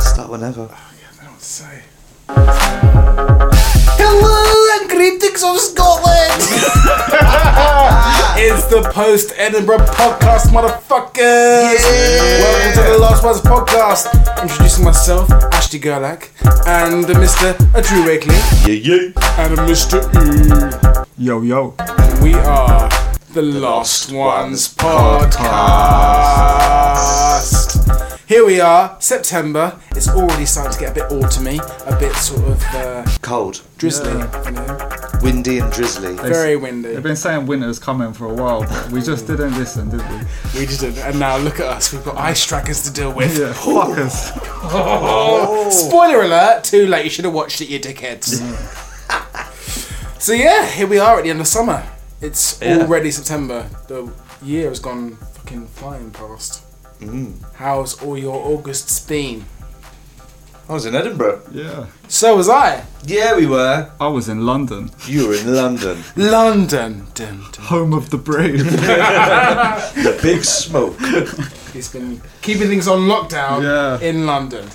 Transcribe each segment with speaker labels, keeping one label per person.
Speaker 1: Start whenever.
Speaker 2: don't say.
Speaker 1: Hello and greetings of Scotland!
Speaker 2: It's the post Edinburgh podcast, motherfuckers! Welcome to the Last Ones podcast. Introducing myself, Ashley Gerlach, and uh, Mr. Drew Wakely,
Speaker 3: Yeah, yeah.
Speaker 2: and uh, Mr. Ooh.
Speaker 4: Yo, yo.
Speaker 2: We are the Lost Ones podcast. Here we are, September. It's already starting to get a bit autumny, a bit sort of uh,
Speaker 1: Cold,
Speaker 2: drizzly, you know,
Speaker 1: windy and drizzly.
Speaker 2: very windy.
Speaker 4: They've been saying winter's coming for a while, but we just didn't listen, did we?
Speaker 2: We didn't, and now look at us. We've got ice trackers to deal with.
Speaker 4: Yeah, fuckers.
Speaker 2: Oh. Spoiler alert, too late, you should have watched it, you dickheads. so yeah, here we are at the end of summer. It's already September. The year has gone fucking flying past. How's all your Augusts been?
Speaker 1: I was in Edinburgh.
Speaker 4: Yeah.
Speaker 2: So was I.
Speaker 1: Yeah, we were.
Speaker 4: I was in London,
Speaker 1: You were in London.
Speaker 2: London. Dun, dun.
Speaker 4: home of the brave.
Speaker 1: the big smoke.
Speaker 2: He's been keeping things on lockdown
Speaker 4: Yeah.
Speaker 2: in London.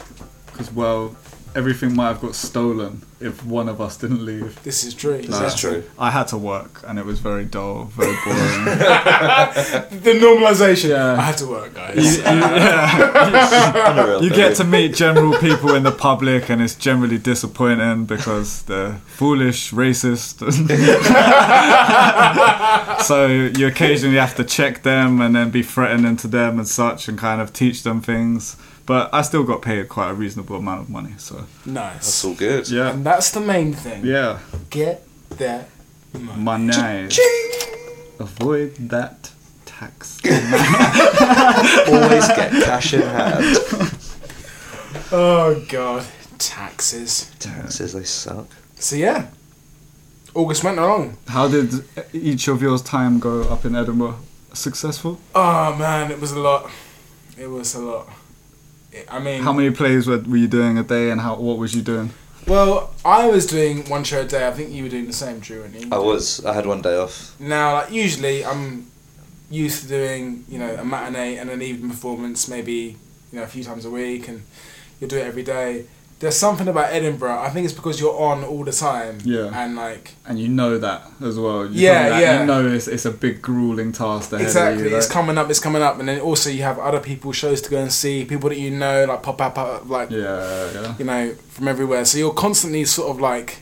Speaker 4: Because, well, everything might have got stolen if one of us didn't leave.
Speaker 2: This is true.
Speaker 1: That's true.
Speaker 4: I had to work, and it was very dull, very boring.
Speaker 2: The normalisation.
Speaker 4: Yeah.
Speaker 2: I had to work, guys.
Speaker 1: Unreal.
Speaker 4: you get to meet general people in the public, and it's generally disappointing because they're foolish, racist. so you occasionally have to check them and then be threatening to them and such, and kind of teach them things. But I still got paid quite a reasonable amount of money, so
Speaker 1: It's
Speaker 2: Nice.
Speaker 1: all good.
Speaker 4: yeah,
Speaker 2: And that's the main thing.
Speaker 4: yeah,
Speaker 2: Get that
Speaker 4: money. Avoid that tax.
Speaker 1: Always get cash in hand.
Speaker 2: Oh god, taxes.
Speaker 1: Says they suck.
Speaker 2: So yeah, August went along.
Speaker 4: How did each of yours time go up in Edinburgh? Successful?
Speaker 2: Oh man, it was a lot. It was a lot. It- I mean,
Speaker 4: How many plays were, were you doing a day, and how what was you doing?
Speaker 2: well, I was doing one show a day. I think you were doing the same, Drew, weren't you?
Speaker 4: Oh.
Speaker 1: I was. I had one day off.
Speaker 2: Now, like usually, I'm used to doing you know a matinee and an evening performance, maybe you know a few times a week, and you do it every day. There's something about Edinburgh. I think it's because you're on all the time.
Speaker 4: Yeah.
Speaker 2: And like
Speaker 4: and you know that as well. You've
Speaker 2: Yeah,
Speaker 4: done that,
Speaker 2: yeah.
Speaker 4: You know it's, it's a big grueling task ahead
Speaker 2: Exactly,
Speaker 4: of you.
Speaker 2: it's
Speaker 4: like-
Speaker 2: coming up, it's coming up, and then also you have other people's shows to go and see, people that you know, like pop up, pop up like
Speaker 4: yeah, yeah.
Speaker 2: you know, from everywhere. So you're constantly sort of like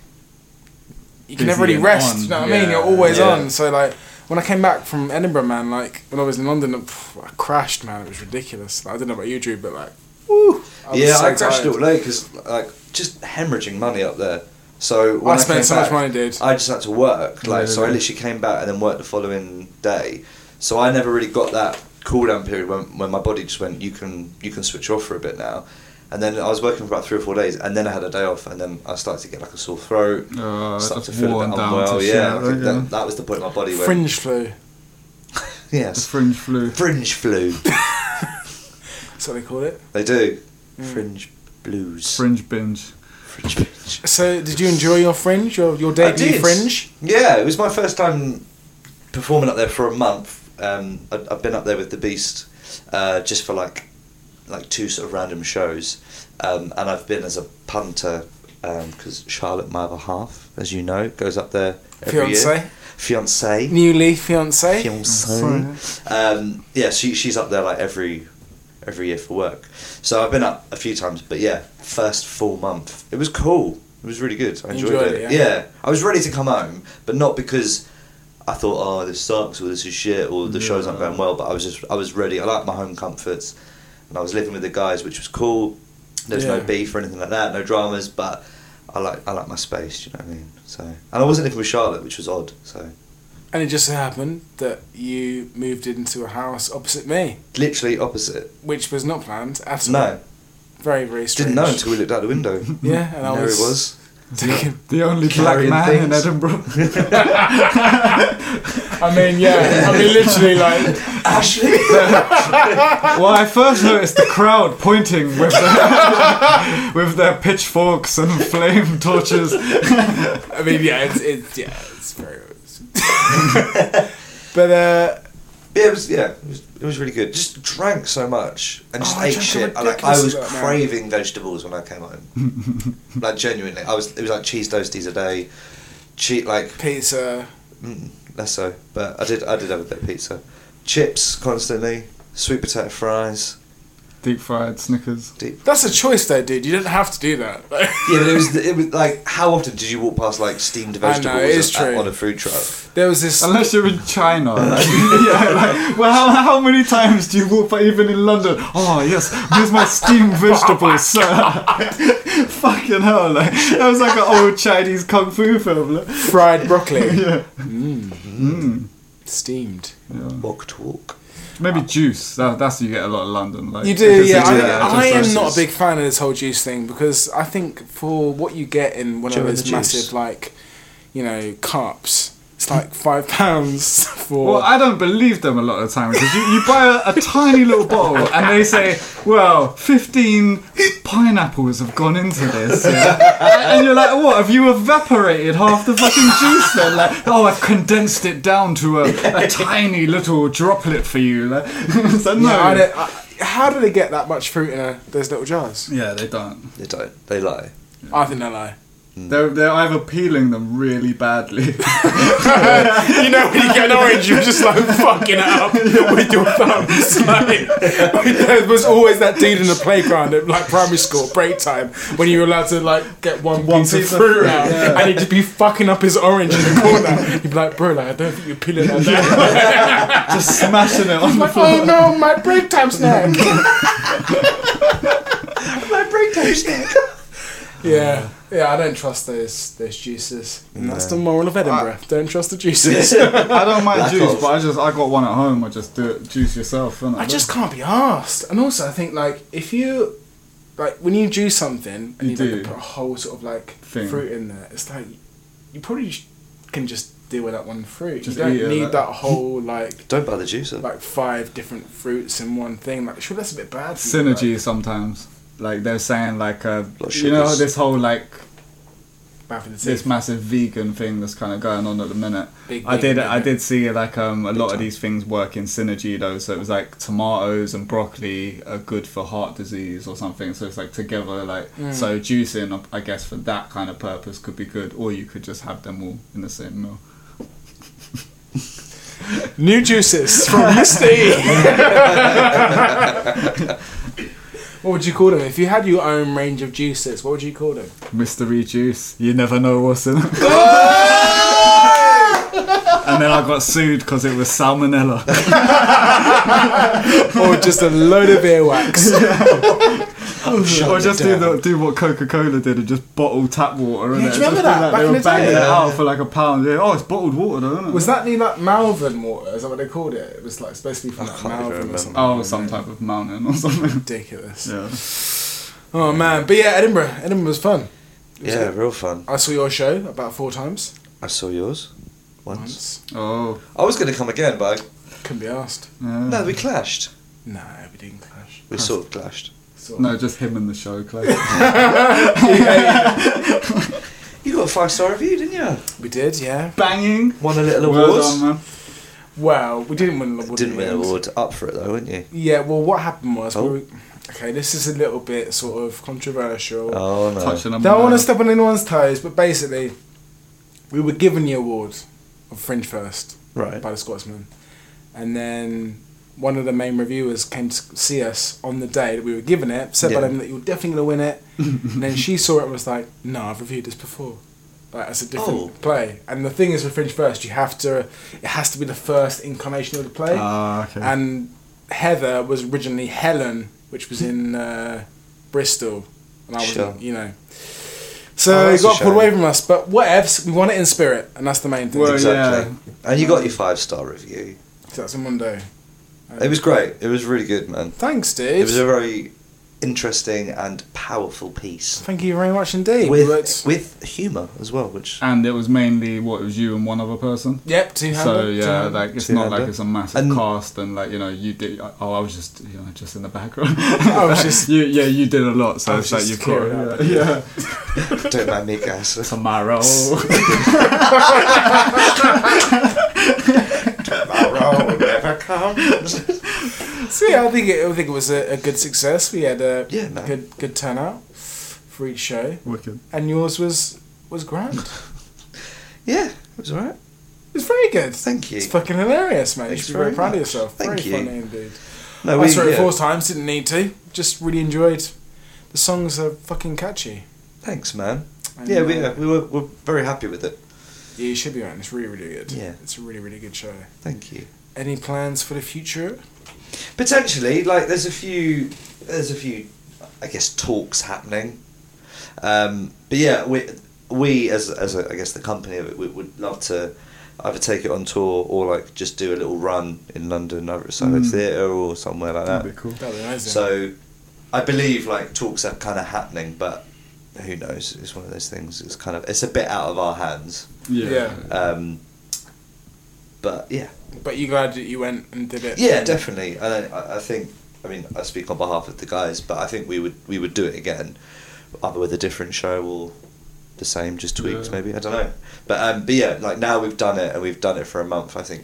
Speaker 2: you can
Speaker 4: Busy
Speaker 2: never really
Speaker 4: and
Speaker 2: rest.
Speaker 4: on.
Speaker 2: You know what I mean?
Speaker 4: Yeah,
Speaker 2: You're always
Speaker 1: yeah.
Speaker 2: on. So like when I came back from Edinburgh, man, like when I was in London, pff, I crashed, man. It was ridiculous. Like, I don't know about you, Drew, but like, woo, I was
Speaker 1: yeah,
Speaker 2: so
Speaker 1: I crashed
Speaker 2: tired.
Speaker 1: all day because like just hemorrhaging money up there. So when
Speaker 2: I spent
Speaker 1: came
Speaker 2: so much
Speaker 1: back,
Speaker 2: money, dude. Oh,
Speaker 1: I just had to work. Like so, I
Speaker 4: Yeah.
Speaker 1: literally came back and then worked the following day. So I never really got that cool down period when, when my body just went, you can you can switch off for a bit now. And then I was working for about three or four days, and then I had a day off, and then I started to get like a sore throat.
Speaker 2: Oh,
Speaker 4: Uh,
Speaker 1: started to
Speaker 4: just
Speaker 1: feel a
Speaker 4: worn
Speaker 1: bit
Speaker 4: down to
Speaker 1: unwell.
Speaker 4: shit,
Speaker 1: yeah, I
Speaker 4: right,
Speaker 1: think
Speaker 4: yeah.
Speaker 1: That, that was the point my body went.
Speaker 2: Fringe flu.
Speaker 4: The
Speaker 1: Yes,
Speaker 4: fringe flu.
Speaker 1: fringe flu.
Speaker 2: That's what they call it.
Speaker 1: they do
Speaker 2: Mm.
Speaker 1: fringe blues.
Speaker 4: Fringe binge.
Speaker 1: Fringe blues.
Speaker 2: So did you enjoy your fringe, your your
Speaker 1: I
Speaker 2: debut
Speaker 1: did.
Speaker 2: fringe?
Speaker 1: Yeah, it was my first time performing up there for a month. Um, I, I've been up there with the Beast uh, just for like like two sort of random shows, um, and I've been as a punter because Charlotte, my other half, as you know, goes up there every
Speaker 2: Fiance.
Speaker 1: year. Fiance.
Speaker 2: Newly fiance.
Speaker 1: Fiance. Um, yeah, she, she's up there like every every year for work. So I've been up a few times, but yeah, first full month. It was cool. It was really good. I enjoyed,
Speaker 2: Enjoyed
Speaker 1: it.
Speaker 2: it, yeah?
Speaker 1: yeah. I was ready to come home, but not because I thought, oh, this sucks or this is shit or the show's not going well. But I was just, I was ready. I like my home comforts, and I was living with the guys, which was cool. There's no
Speaker 2: Yeah.
Speaker 1: beef or anything like that, no dramas. But I like, I like my space. Do you know what I mean? So, and I wasn't living with Charlotte, which was odd. So,
Speaker 2: And it just so happened that you moved into a house opposite me,
Speaker 1: literally opposite.
Speaker 2: which was not planned at all.
Speaker 1: No,
Speaker 2: Very, very strange.
Speaker 1: didn't know until we looked out the window.
Speaker 2: Yeah, and I
Speaker 1: there
Speaker 2: was,
Speaker 1: it was.
Speaker 2: taken.
Speaker 4: The only black
Speaker 1: Carrying
Speaker 4: man in
Speaker 1: things.
Speaker 4: Edinburgh.
Speaker 2: I mean, yeah. I mean, literally, like,
Speaker 1: Ashley.
Speaker 4: well, I first noticed the crowd pointing with their, with their pitchforks and flame torches.
Speaker 2: I mean, yeah, it's, it's yeah, it's very. but uh,
Speaker 1: Yeah, it was. Yeah, it was, it was really good. Just drank so much and just
Speaker 2: Oh, I
Speaker 1: ate
Speaker 2: drank a
Speaker 1: shit. I, like, I
Speaker 2: ridiculous
Speaker 1: was
Speaker 2: amount, man.
Speaker 1: craving vegetables when I came home. like genuinely, I was. It was like cheese toasties a day. Cheat like mm,
Speaker 2: pizza,
Speaker 1: less so, but I did. I did have a bit of pizza, chips constantly, sweet potato fries.
Speaker 4: Deep fried Snickers.
Speaker 2: that's a choice, though, dude. You didn't have to do that.
Speaker 1: Yeah, but it was. It was like how often did you walk past like steamed
Speaker 2: I know, it
Speaker 1: vegetables
Speaker 2: is
Speaker 1: at-
Speaker 2: true.
Speaker 1: on a food truck?
Speaker 2: there was this.
Speaker 4: Unless you're in China. like, yeah, like, well, how, how many times do you walk by, even in London? Oh, yes, here's my steamed vegetables, sir. Fucking hell, like, that was like an old Chinese kung fu film. Like.
Speaker 2: fried broccoli. yeah.
Speaker 4: Mm.
Speaker 2: Steamed.
Speaker 1: Walk to walk.
Speaker 4: Maybe juice. That, that's what you get a lot of London. Like,
Speaker 2: You do,
Speaker 4: because they
Speaker 2: yeah. I,
Speaker 4: that at
Speaker 2: I am
Speaker 4: different
Speaker 2: not a
Speaker 4: places.
Speaker 2: big fan of this whole juice thing because I think for what you get in one
Speaker 1: Joe
Speaker 2: of
Speaker 1: and the
Speaker 2: those
Speaker 1: juice.
Speaker 2: massive, like, you know, cups, it's like five pounds for.
Speaker 4: Well, I don't believe them a lot of the time because you, you buy a, a tiny little bottle and they say, well, 15 pineapples have gone into this. Yeah? And you're like, what? Have you evaporated half the fucking juice then? Like, oh, I've condensed it down to a, a tiny little droplet for you. Like, so, no.
Speaker 2: I don't, I, how do they get that much fruit in a, those little jars?
Speaker 4: yeah, they don't.
Speaker 1: They don't. They lie.
Speaker 2: I think they lie.
Speaker 4: They're, they're either peeling them really badly.
Speaker 2: You know, when you get an orange, you're just like fucking it up with your thumbs. Like, there was always that dude in the playground at like primary school break time when you were allowed to like get one,
Speaker 4: One
Speaker 2: piece,
Speaker 4: piece
Speaker 2: of
Speaker 4: of
Speaker 2: fruit
Speaker 4: fruit,
Speaker 2: out,
Speaker 4: yeah.
Speaker 2: and he'd just be fucking up his orange in the corner. You'd be like, bro, like I don't think you're peeling like that.
Speaker 4: Just smashing it on the
Speaker 2: like,
Speaker 4: floor.
Speaker 2: oh no, my break time snack.
Speaker 1: My break time.
Speaker 2: yeah. Yeah, I don't trust those those juices. And that's the moral of Edinburgh. don't trust the juices.
Speaker 4: I don't mind
Speaker 1: Lack
Speaker 4: juice,
Speaker 1: of.
Speaker 4: but I just I got one at home. I just do it, juice yourself. innit?
Speaker 2: I just can't be asked. And also, I think like if you like when you do something and you,
Speaker 4: You
Speaker 2: Like,
Speaker 4: do.
Speaker 2: put a whole sort of like
Speaker 4: Thing.
Speaker 2: fruit in there, it's like you probably sh- can just deal with that one fruit.
Speaker 4: Just
Speaker 2: you don't
Speaker 4: eat it,
Speaker 2: need
Speaker 4: like-
Speaker 2: that whole like
Speaker 1: Don't buy the juicer.
Speaker 2: like five different fruits in one thing. Like sure, that's a bit bad. for you,
Speaker 4: synergy sometimes. Like they're saying, like uh,
Speaker 1: of
Speaker 4: you know
Speaker 1: sugars.
Speaker 4: this whole like
Speaker 2: like, bad for the
Speaker 4: this
Speaker 2: teeth.
Speaker 4: massive vegan thing that's kind of going on at the minute.
Speaker 2: Big
Speaker 4: I did
Speaker 2: vegan,
Speaker 4: I
Speaker 2: yeah.
Speaker 4: did see like um a lot of these things work in synergy though. So it was like tomatoes and broccoli are good for heart disease or something. So it's like together like
Speaker 2: Mm.
Speaker 4: so juicing I guess for that kind of purpose could be good, or you could just have them all in the same meal.
Speaker 2: New juices from E. Misty. what would you call them if you had your own range of juices? What would you call them?
Speaker 4: mystery juice. You never know what's in it. and then I got sued because it was salmonella.
Speaker 2: or just a load of earwax?
Speaker 4: or just do, the, do what Coca Cola did and just bottle tap water.
Speaker 2: Yeah,
Speaker 4: innit?
Speaker 2: do you remember
Speaker 4: Just do
Speaker 2: that? Back
Speaker 4: They
Speaker 2: in
Speaker 4: were
Speaker 2: the day?
Speaker 4: banging it
Speaker 2: Yeah.
Speaker 4: out for like a pound. Yeah. Oh, it's bottled water, though, isn't it?
Speaker 2: Was that the like Malvern water? Is that what they called it? It was like supposed to be from like,
Speaker 1: can't even
Speaker 2: Malvern or
Speaker 1: remember.
Speaker 2: something.
Speaker 4: Oh, some type of mountain or something.
Speaker 2: ridiculous.
Speaker 4: Yeah.
Speaker 2: Oh man, but yeah, Edinburgh. Edinburgh was fun.
Speaker 1: yeah, real fun.
Speaker 2: I saw your show about four times.
Speaker 1: I saw yours once.
Speaker 2: Once,
Speaker 4: Oh.
Speaker 1: I was going to come again, but I
Speaker 2: couldn't be asked.
Speaker 1: No, we clashed.
Speaker 2: No, we didn't clash.
Speaker 1: We sort of clashed.
Speaker 2: Sort of.
Speaker 4: No, just him and the show, Clay.
Speaker 1: You got a five star review, didn't you?
Speaker 2: we did. Yeah.
Speaker 4: Banging.
Speaker 1: Won a little
Speaker 4: Well
Speaker 1: award.
Speaker 4: done, man.
Speaker 2: Well, we didn't win an award.
Speaker 1: Didn't
Speaker 2: in
Speaker 1: win
Speaker 2: the
Speaker 1: an
Speaker 2: end.
Speaker 1: award. Up for it though, weren't you?
Speaker 2: Yeah. Well, what happened was,
Speaker 1: Oh.
Speaker 2: we were, okay, this is a little bit sort of controversial.
Speaker 1: Oh no.
Speaker 4: Touching on
Speaker 2: Don't
Speaker 4: my-
Speaker 2: want to step on anyone's toes, but basically, we were given the award of Fringe First
Speaker 1: Right.
Speaker 2: by the Scotsman, and then one of the main reviewers came to see us on the day that we were given it, said by
Speaker 1: Yeah.
Speaker 2: them that you were definitely going to win it. and then she saw it and was like, no, I've reviewed this before. Like, as a different
Speaker 1: Oh.
Speaker 2: play. And the thing is with Fringe First, you have to, it has to be the first incarnation of the play.
Speaker 4: Ah, okay.
Speaker 2: And Heather was originally Helen, which was in uh, Bristol. And I was,
Speaker 1: Sure.
Speaker 2: you know. So
Speaker 1: Oh,
Speaker 2: it
Speaker 1: that's a
Speaker 2: got pulled
Speaker 1: shame.
Speaker 2: away from us, but whatevs, we want it in spirit, and that's the main thing.
Speaker 4: Well,
Speaker 1: Exactly. And you got your five star review.
Speaker 2: So that's in Monday.
Speaker 1: It was great. It was really good, man.
Speaker 2: Thanks, Steve.
Speaker 1: It was a very interesting and powerful piece
Speaker 2: Thank you very much indeed. We
Speaker 1: with
Speaker 2: worked-
Speaker 1: with humour as well, which
Speaker 4: And it was mainly what it was you and one other person.
Speaker 2: yep, two handed.
Speaker 4: So yeah, like it's not like
Speaker 1: Two-hander.
Speaker 4: it's a massive
Speaker 1: And-
Speaker 4: cast and like you know you did. Oh, I was just you know just in the background.
Speaker 2: was just-
Speaker 4: you, yeah, you did a lot. So
Speaker 2: I was
Speaker 4: it's like you
Speaker 2: just
Speaker 4: caught
Speaker 2: clearing
Speaker 4: it.
Speaker 2: up.
Speaker 4: Yeah, yeah.
Speaker 1: don't mind me, guys.
Speaker 4: tomorrow.
Speaker 1: Tomorrow never comes.
Speaker 2: so yeah, I think it, I think it was a, a good success. We had a
Speaker 1: Yeah, man.
Speaker 2: good good turnout for each show,
Speaker 4: Wicked.
Speaker 2: and yours was was grand. It
Speaker 1: Yeah, it was alright.
Speaker 2: was very good.
Speaker 1: Thank you.
Speaker 2: It's fucking hilarious, man.
Speaker 1: Thanks
Speaker 2: you should be very
Speaker 1: very
Speaker 2: proud of
Speaker 1: much.
Speaker 2: yourself.
Speaker 1: Thank
Speaker 2: very
Speaker 1: you.
Speaker 2: funny indeed.
Speaker 1: No,
Speaker 2: I saw it
Speaker 1: yeah.
Speaker 2: four times. Didn't need to. Just really enjoyed. The songs are fucking catchy.
Speaker 1: Thanks, man.
Speaker 2: And,
Speaker 1: Yeah, we,
Speaker 2: uh,
Speaker 1: yeah, we were we're very happy with it.
Speaker 2: Yeah, you should be man. It's really really good.
Speaker 1: Yeah.
Speaker 2: it's a really really good show.
Speaker 1: Thank you.
Speaker 2: Any plans for the future?
Speaker 1: Potentially, like there's a few, there's a few, I guess talks happening. Um, but yeah, we we as as a, I guess the company we would love to either take it on tour or like just do a little run in London over at Soho
Speaker 2: Mm.
Speaker 1: Theatre or somewhere like that.
Speaker 4: That'd be cool.
Speaker 2: That'd be amazing.
Speaker 1: So, I believe like talks are kind of happening, but who knows? It's one of those things. It's kind of it's a bit out of our hands.
Speaker 4: Yeah.
Speaker 2: Yeah.
Speaker 1: Um, but yeah,
Speaker 2: But you glad that you went and did it?
Speaker 1: yeah, definitely. And I, I think, I mean, I speak on behalf of the guys, but I think we would we would do it again, either with a different show or the same, just tweaks
Speaker 4: Yeah.
Speaker 1: maybe. I don't know. But um, but yeah, like now we've done it and we've done it for a month. I think,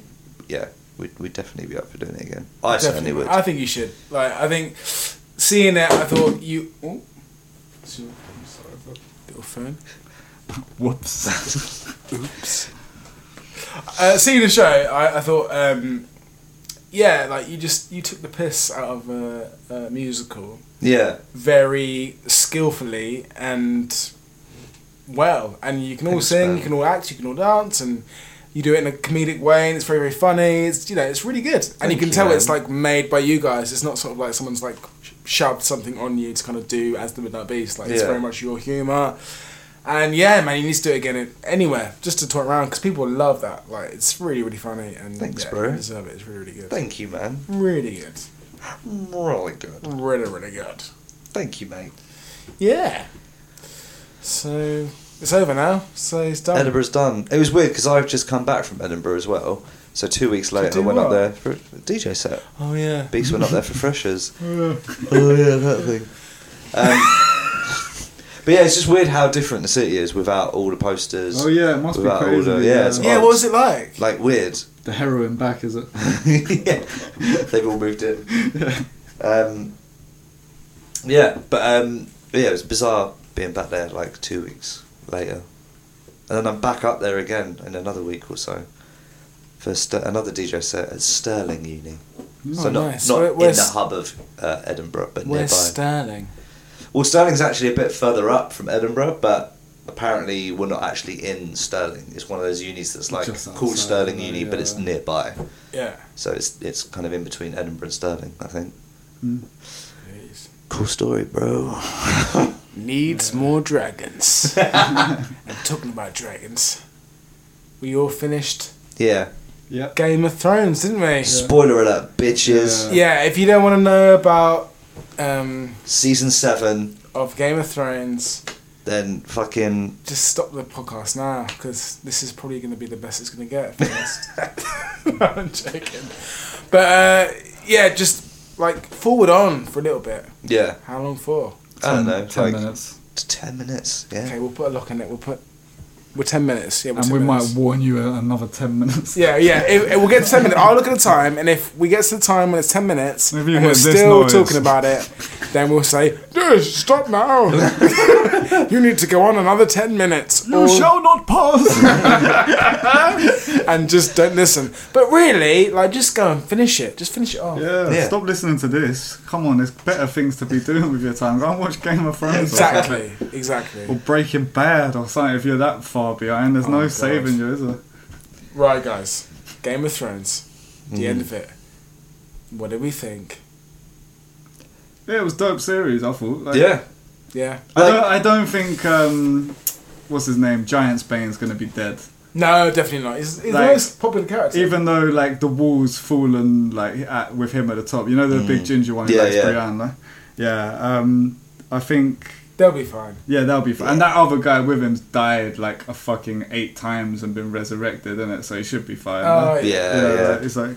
Speaker 1: yeah, we'd we'd definitely be up for doing it again. I certainly would.
Speaker 2: I think you should. Like, I think seeing it, I thought you. Oh, So- I'm sorry, I've got a little phone.
Speaker 4: Whoops.
Speaker 2: Oops. Uh, seeing the show, I, I thought, um, yeah, like you just you took the piss out of a, a musical
Speaker 1: yeah,
Speaker 2: very skillfully and well, and you can all
Speaker 1: Thanks,
Speaker 2: sing,
Speaker 1: man.
Speaker 2: you can all act, you can all dance, and you do it in a comedic way, and it's very very funny. It's you know it's really good, and you
Speaker 1: Thank
Speaker 2: can
Speaker 1: you,
Speaker 2: tell
Speaker 1: man.
Speaker 2: it's like made by you guys. It's not sort of like someone's like sh- shoved something on you to kind of do as the Midnight Beast. Like it's
Speaker 1: Yeah.
Speaker 2: very much your humor. And yeah, man, you need to do it again in- anywhere just to toy around because people love that. Like, it's really, really funny and
Speaker 1: Thanks,
Speaker 2: yeah,
Speaker 1: bro.
Speaker 2: you deserve it. It's really, really good.
Speaker 1: thank you, man.
Speaker 2: Really good.
Speaker 1: Really good.
Speaker 2: Really, really good.
Speaker 1: Thank you, mate.
Speaker 2: Yeah. So it's over now. So it's done.
Speaker 1: Edinburgh's done. It was weird because I've just come back from Edinburgh as well. So two weeks later, I
Speaker 2: do
Speaker 1: went up
Speaker 2: what?
Speaker 1: there for a DJ set.
Speaker 2: Oh yeah.
Speaker 1: Beast went up there for freshers. oh yeah, that thing. Um, but yeah, it's just weird how different the city is without all the posters.
Speaker 4: Oh yeah, it must be
Speaker 1: Without all
Speaker 4: crazy.
Speaker 1: the- yeah, it's
Speaker 2: Yeah. What was it like?
Speaker 1: Like weird.
Speaker 4: The heroin back is it?
Speaker 1: yeah, they've all moved in. Um, yeah, but um, yeah, it was bizarre being back there like two weeks later, and then I'm back up there again in another week or so for st- another DJ set at Sterling Uni. so
Speaker 2: Oh,
Speaker 1: not
Speaker 2: nice.
Speaker 1: not
Speaker 2: Where-
Speaker 1: in
Speaker 2: where's-
Speaker 1: the hub of uh, Edinburgh, but nearby.
Speaker 2: Sterling?
Speaker 1: Well, Sterling's actually a bit further up from Edinburgh, but apparently we're not actually in Sterling. It's one of those unis that's like
Speaker 4: Just
Speaker 1: called
Speaker 4: outside,
Speaker 1: Sterling
Speaker 4: though,
Speaker 1: Uni, but it's
Speaker 4: yeah.
Speaker 1: nearby.
Speaker 2: Yeah.
Speaker 1: So it's it's kind of in between Edinburgh and Sterling, I think.
Speaker 2: Jeez.
Speaker 1: Cool story, bro.
Speaker 2: Needs more dragons. I'm talking about dragons. We all finished
Speaker 1: Yeah.
Speaker 4: Yeah.
Speaker 2: Game of Thrones, didn't we?
Speaker 1: Spoiler alert, bitches.
Speaker 4: Yeah.
Speaker 2: Yeah. If you don't want to know about um,
Speaker 1: Season seven.
Speaker 2: of Game of Thrones,
Speaker 1: Then fucking
Speaker 2: just stop the podcast now because this is probably going to be the best it's going to get. First. I'm joking, but uh, yeah, just like forward on for a little bit.
Speaker 1: yeah.
Speaker 2: How long for?
Speaker 1: I don't know.
Speaker 4: Ten
Speaker 1: like
Speaker 4: minutes.
Speaker 1: Ten minutes. Yeah.
Speaker 2: Okay, we'll put a lock in it. We'll put we're ten minutes. Yeah, we're
Speaker 4: And
Speaker 2: 10
Speaker 4: we might
Speaker 2: minutes.
Speaker 4: warn you another ten minutes.
Speaker 2: yeah, yeah. It, it- we'll get to ten minutes. I'll look at the time, and if we get to the time when it's ten minutes,
Speaker 4: If you
Speaker 2: and we're
Speaker 4: hear this
Speaker 2: still
Speaker 4: noise.
Speaker 2: talking about it, then we'll say "Damn Yes, stop now. you need to go on another 10 minutes. or-
Speaker 4: not pass.
Speaker 2: and just don't listen. But really, like, just go and finish it. Just finish it off.
Speaker 4: yeah,
Speaker 1: Yeah.
Speaker 4: Stop listening to this. Come on, there's better things to be doing with your time. Go and watch Game of Thrones. or something.
Speaker 2: Exactly. Exactly.
Speaker 4: Or Breaking Bad or something. If you're that far behind,
Speaker 1: Oh,
Speaker 4: there's no
Speaker 2: God.
Speaker 4: saving you, is there?
Speaker 2: Right, guys. Game of Thrones. The end
Speaker 4: Mm.
Speaker 2: of it. What did we think?
Speaker 4: Yeah, it was dope series. I thought. Like,
Speaker 1: Yeah.
Speaker 2: Yeah.
Speaker 4: I don't, I don't think um, what's his name, Giant Spain's gonna be dead.
Speaker 2: No, definitely not. He's, he's the
Speaker 4: Like,
Speaker 2: most popular character.
Speaker 4: Even though like the walls fallen like at, with him at the top, you know the big ginger one,
Speaker 1: Mm. Yeah,
Speaker 4: yeah, yeah.
Speaker 1: yeah.
Speaker 4: Brienne, like? yeah. Um, I think
Speaker 2: They'll be fine.
Speaker 4: yeah that'll be fine. And that other guy with him's died like a fucking eight times and been resurrected, isn't it? So he should be fine.
Speaker 2: Oh,
Speaker 4: like.
Speaker 1: Yeah,
Speaker 4: You know,
Speaker 1: yeah.
Speaker 4: like, it's like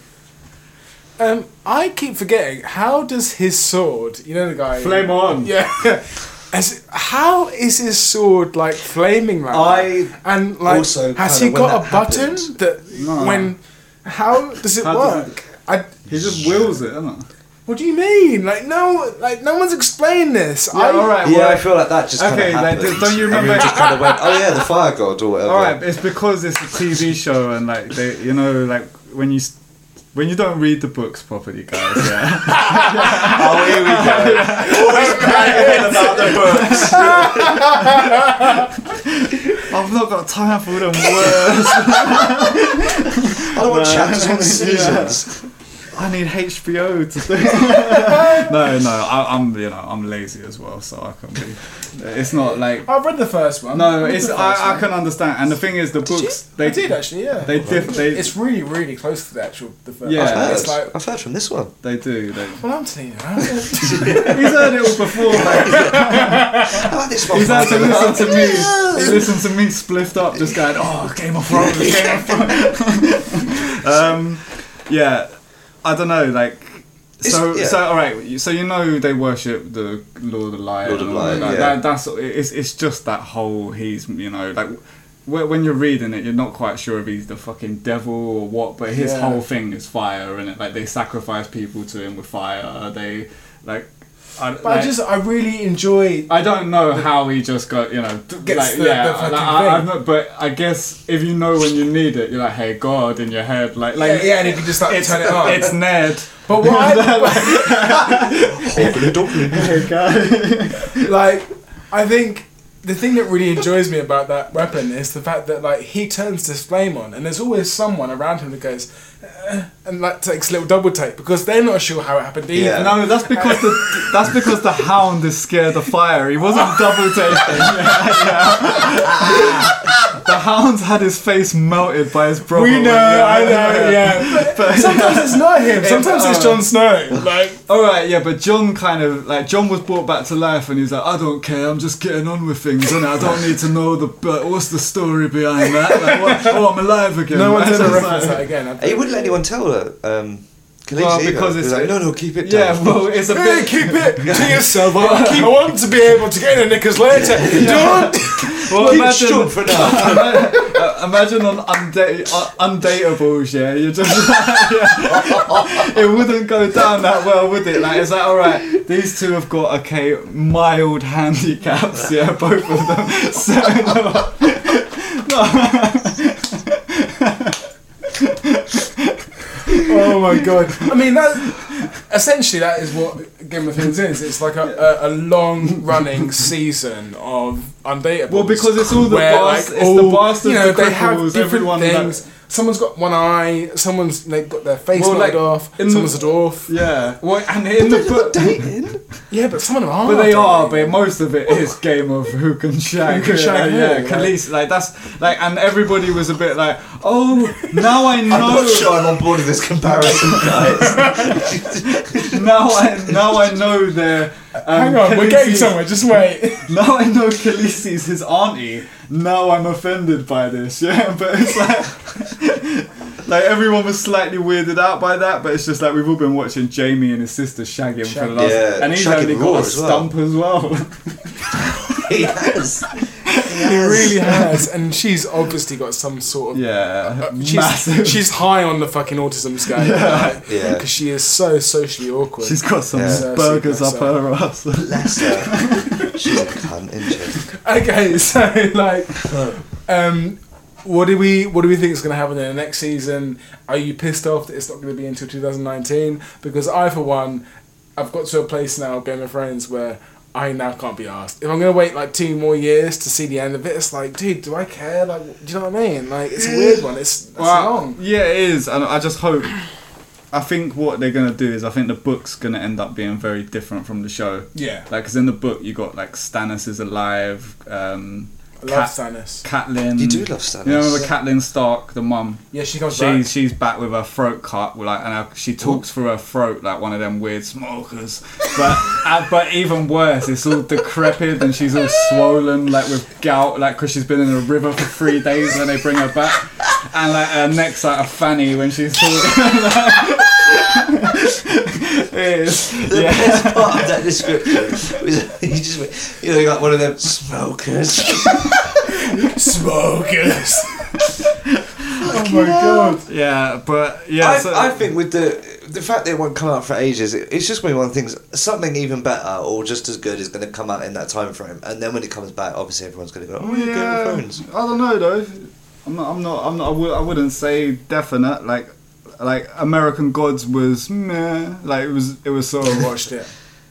Speaker 2: Um, I keep forgetting. How does his sword? You know the guy.
Speaker 4: flame on.
Speaker 2: Yeah. As, how is his sword like flaming like
Speaker 1: I
Speaker 2: that? And like,
Speaker 1: also
Speaker 2: has
Speaker 1: kinda
Speaker 2: he
Speaker 1: when
Speaker 2: got a
Speaker 1: that
Speaker 2: button
Speaker 1: happened-
Speaker 2: that
Speaker 4: No.
Speaker 2: when? How does it
Speaker 4: How does
Speaker 2: work? I,
Speaker 4: He just wills it, isn't it?
Speaker 2: what do you mean? Like no, like no one's explained this.
Speaker 4: Yeah,
Speaker 2: I,
Speaker 4: all right.
Speaker 1: Yeah,
Speaker 4: well,
Speaker 1: I feel like that just kind of
Speaker 4: Okay, like,
Speaker 1: happened.
Speaker 4: don't you
Speaker 1: And we
Speaker 4: remember-
Speaker 1: just kind of went, oh yeah, the fire god or whatever.
Speaker 4: All right, it's because it's a TV show, and like they, you know, like when you s- when you don't read the books properly, guys. Yeah,
Speaker 1: Oh, here we go. Always bragging about the books.
Speaker 4: I've not got time for all them words.
Speaker 1: I don't want chapters on seasons.
Speaker 4: I need HBO to do. no, no, I, I'm you know I'm lazy as well, so I can be. It's not like
Speaker 2: I've read the first one.
Speaker 4: no,
Speaker 2: I've read
Speaker 4: it's
Speaker 2: the first
Speaker 4: I, I
Speaker 2: one.
Speaker 4: can understand, and the thing is, the
Speaker 2: Did you?
Speaker 4: books they
Speaker 2: I did actually. Yeah.
Speaker 4: They diff. They,
Speaker 2: it's really, really close to the actual the first.
Speaker 4: Yeah.
Speaker 2: one.
Speaker 1: I've
Speaker 2: it's
Speaker 1: heard.
Speaker 2: like
Speaker 1: I've heard from this one.
Speaker 4: they do. They, he's
Speaker 2: well, Anthony. Right?
Speaker 4: heard it all before. Like,
Speaker 1: I like this one.
Speaker 4: he's had to
Speaker 1: Frank.
Speaker 4: listen to me. He listened to me spliffed up, just going, "Oh, Game of Thrones, Game of Thrones." um, yeah, I don't know. Like, so
Speaker 1: It's- yeah.
Speaker 4: so all right. you- So you know they worship the Lord of Light.
Speaker 1: Lord of
Speaker 4: and all
Speaker 1: Light,
Speaker 4: that.
Speaker 1: yeah.
Speaker 4: That- that's it's it's just that whole he's you know like. wh- When you're reading it, you're not quite sure if he's the fucking devil or what, but his
Speaker 2: Yeah.
Speaker 4: whole thing is fire, and it like they sacrifice people to him with fire. They like, I,
Speaker 2: but I just I really enjoy
Speaker 4: I don't know how he just got, you know, d-
Speaker 2: Gets
Speaker 4: like,
Speaker 2: the-
Speaker 4: yeah,
Speaker 2: the
Speaker 4: like,
Speaker 2: fucking
Speaker 4: I, I'm
Speaker 2: thing.
Speaker 4: not, but I guess if you know when you need it, you're like, hey, God, in your head, like, like,
Speaker 2: yeah, yeah, and if you just like
Speaker 4: it's,
Speaker 2: turn it on.
Speaker 4: it's Ned.
Speaker 2: but what I
Speaker 1: Hopefully, hopefully.
Speaker 4: Hey, God.
Speaker 2: like, I think the thing that really enjoys me about that weapon is the fact that like he turns this flame on, and there's always someone around him that goes, "Eh," and like takes a little double take because they're not sure how it happened either.
Speaker 1: Yeah.
Speaker 4: no, that's because the that's because the hound is scared of fire. He wasn't double tasting. The hound's had his face melted by his brother.
Speaker 2: We
Speaker 4: when-
Speaker 2: know, I know, yeah. But sometimes it's not him. Sometimes it's Jon Snow. Like,
Speaker 4: All right, yeah, but John kind of like John was brought back to life, and he's like, I don't care, I'm just getting on with things, and I don't need to know the but what's the story behind that. Like, what, oh, I'm alive again.
Speaker 2: no one's
Speaker 4: right?
Speaker 2: ever
Speaker 4: So it's
Speaker 2: referenced
Speaker 4: like-
Speaker 2: that again.
Speaker 1: He wouldn't let anyone tell her. Um, Khaleesi
Speaker 4: Well,
Speaker 1: either.
Speaker 4: because
Speaker 1: He's
Speaker 4: it's-
Speaker 1: like, no, no, keep it
Speaker 4: Yeah,
Speaker 1: down.
Speaker 4: well, it's a
Speaker 2: Hey,
Speaker 4: bit.
Speaker 2: keep it to yourself. I want, I want to be able to get in the knickers later. Don't.
Speaker 4: Well,
Speaker 1: keep it short for now.
Speaker 4: Uh, imagine on undate, uh, undateables, yeah, you're just like, yeah. it wouldn't go down that well, would it? Like, it's like, all right, these two have got okay, mild handicaps, yeah, both of them. So, no.
Speaker 2: oh my god! I mean, that essentially that is what Game of Thrones is. It's like a, a, a long-running season of undateable.
Speaker 4: Well, because it's all the bast- it's the bastards, the cripples, everyone that-
Speaker 2: Someone's got one eye. Someone's they got their face
Speaker 4: Well,
Speaker 2: well,
Speaker 4: like,
Speaker 2: off.
Speaker 4: in the-
Speaker 2: Someone's a dwarf.
Speaker 4: Yeah. Well, and in the book,
Speaker 2: Yeah, but some of them are.
Speaker 4: But they
Speaker 2: dating.
Speaker 4: are, but most of it is game of who can shag.
Speaker 2: Who can shag
Speaker 4: yeah,
Speaker 2: who,
Speaker 4: yeah,
Speaker 2: right?
Speaker 4: Khaleesi, like that's like, and everybody was a bit like, oh, now I
Speaker 1: I'm not sure
Speaker 4: know,
Speaker 1: I'm on board with this comparison, guys.
Speaker 4: now I now I know they're. Um,
Speaker 2: Hang on, we're getting
Speaker 4: Khaleesi's-
Speaker 2: somewhere. Just wait.
Speaker 4: Now I know Khaleesi's his auntie. Now I'm offended by this. Yeah, but it's like. Like everyone was slightly weirded out by that, but it's just like we've all been watching Jamie and his sister shagging for the last,
Speaker 1: Yeah,
Speaker 4: and he's
Speaker 1: shagging
Speaker 4: only
Speaker 1: raw
Speaker 4: got a
Speaker 1: as well.
Speaker 4: stump as well.
Speaker 1: he has.
Speaker 2: He really has, and she's obviously got some sort of.
Speaker 4: Yeah,
Speaker 2: She's,
Speaker 4: Uh, massive.
Speaker 2: she's high on the fucking autism scale,
Speaker 1: Yeah.
Speaker 2: because she is so socially awkward.
Speaker 4: she's got some
Speaker 1: Yeah.
Speaker 4: burgers up
Speaker 2: So-
Speaker 4: her ass.
Speaker 1: Bless her. She's a cunt, isn't she?
Speaker 2: okay, so like, um, what do we what do we think is going to happen in the next season? Are you pissed off that it's not going to be until 2019? Because I, for one, I've got to a place now, Game of Thrones, where I now can't be asked. If I'm going to wait like two more years to see the end of it, it's like, dude, do I care? Like, do you know what I mean? Like, it's a weird one. It's, it's long.
Speaker 4: yeah, it is, and I just hope. I think what they're gonna do is I think the book's gonna end up being very different from the show.
Speaker 2: Yeah.
Speaker 4: like because in the book you got like Stannis is alive. Um,
Speaker 2: I love Stannis.
Speaker 4: Catelyn.
Speaker 1: You do love Stannis.
Speaker 4: You remember Catelyn Stark, the mum.
Speaker 2: Yeah, she comes
Speaker 4: she's
Speaker 2: back.
Speaker 4: she's back with her throat cut, like, and her, she talks through her throat like one of them weird smokers. But uh, but even worse, it's all decrepit and she's all swollen, like with gout, like because she's been in a river for three days when they bring her back, and like her neck's like a fanny when she's talking. it is.
Speaker 1: The
Speaker 4: Yeah.
Speaker 1: best part of that description was he just went, you know, like one of them smokers.
Speaker 2: Smokers.
Speaker 4: Oh my god. Yeah, but yeah.
Speaker 1: I,
Speaker 4: so-
Speaker 1: I think with the the fact that it won't come out for ages, it, it's just going to be one of the things. Something even better or just as good is going to come out in that time frame, and then when it comes back, obviously everyone's going to go, "Oh, yeah, Game of Thrones."
Speaker 4: I don't know though. I'm not. I'm not. I'm not I, w- I wouldn't say definite. Like, like American Gods was meh. Like it was. It was sort of what.
Speaker 2: Watched it.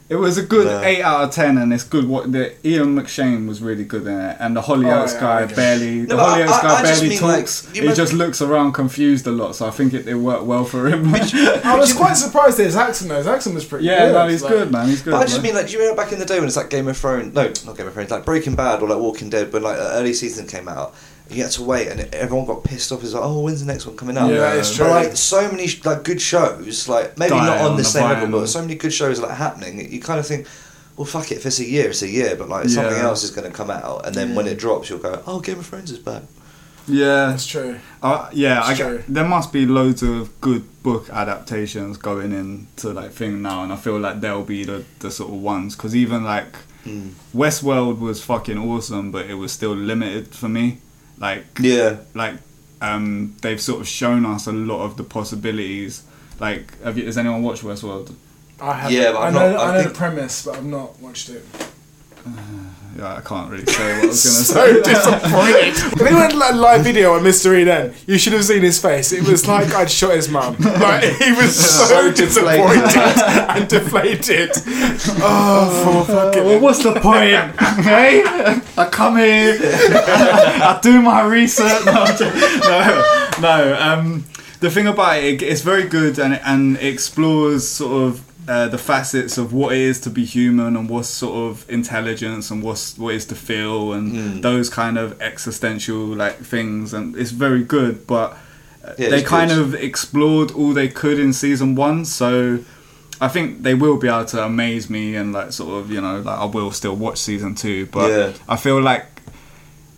Speaker 4: It was a good
Speaker 1: Yeah.
Speaker 4: eight out of ten, and it's good. What the Ian McShane was really good in it, and the Hollyoaks
Speaker 2: Oh, yeah,
Speaker 4: guy
Speaker 2: okay.
Speaker 4: barely. The
Speaker 1: No, but I-
Speaker 4: Hollyoaks
Speaker 1: I-
Speaker 4: guy
Speaker 1: I just
Speaker 4: barely
Speaker 1: mean, like,
Speaker 4: talks.
Speaker 1: you
Speaker 4: he
Speaker 1: must-
Speaker 4: just looks around confused a lot. So I think it, it worked well for him.
Speaker 2: I was quite surprised that his accent, though. His accent was pretty
Speaker 4: yeah,
Speaker 2: good.
Speaker 4: no, he's
Speaker 2: Like,
Speaker 4: good, man. He's good.
Speaker 1: But I just
Speaker 4: man.
Speaker 1: mean like, do you remember back in the day when it's like Game of Thrones? No, not Game of Thrones. Like Breaking Bad or like Walking Dead, when like the early season came out, you had to wait, and everyone got pissed off. It's like, oh, when's the next one coming out?
Speaker 2: Yeah, that is
Speaker 1: But,
Speaker 2: true.
Speaker 1: like so many sh- like good shows, like maybe
Speaker 4: Die
Speaker 1: not on,
Speaker 4: on
Speaker 1: the
Speaker 4: the
Speaker 1: same level,
Speaker 4: vine.
Speaker 1: but so many good shows are like happening. that You kind of think. Well, fuck it. If it's a year, it's a year. But like something
Speaker 4: Yeah.
Speaker 1: else is going to come out, and then when it drops, you'll go, "Oh, Game of Thrones is back."
Speaker 4: yeah,
Speaker 2: That's true.
Speaker 4: Uh, yeah,
Speaker 2: It's
Speaker 4: I, g-
Speaker 2: true.
Speaker 4: there must be loads of good book adaptations going into like thing now, and I feel like they'll be the, the sort of ones because even like
Speaker 2: Hmm.
Speaker 4: Westworld was fucking awesome, but it was still limited for me. Like
Speaker 1: Yeah.
Speaker 4: like um, they've sort of shown us a lot of the possibilities. Like, have you, has anyone watched Westworld?
Speaker 2: I have.
Speaker 1: Yeah, but
Speaker 2: I
Speaker 1: I'm
Speaker 2: know,
Speaker 1: not-
Speaker 2: I
Speaker 1: I
Speaker 2: know
Speaker 1: think-
Speaker 2: the premise, but I've not watched it.
Speaker 4: Yeah, I can't really say what I was gonna
Speaker 2: So
Speaker 4: say.
Speaker 2: disappointed. If anyone had like, live video on Mr. Eden, you should have seen his face. It was like I'd shot his mum. Like he was so,
Speaker 1: So deflated.
Speaker 2: disappointed and deflated. Oh, for fucking.
Speaker 4: Well, what's the point? hey, I come here, I do my research. No, I'm joking. no, no. Um, the thing about it, it's very good and and it explores sort of. Uh, the facets of what it is to be human and what's sort of intelligence and what's what is to feel and
Speaker 1: Hmm.
Speaker 4: those kind of existential like things and it's very good but
Speaker 1: Yeah,
Speaker 4: they
Speaker 1: it's
Speaker 4: kind
Speaker 1: good.
Speaker 4: of explored all they could in season one, so I think they will be able to amaze me and like sort of you know like I will still watch season two, but
Speaker 1: Yeah.
Speaker 4: I feel like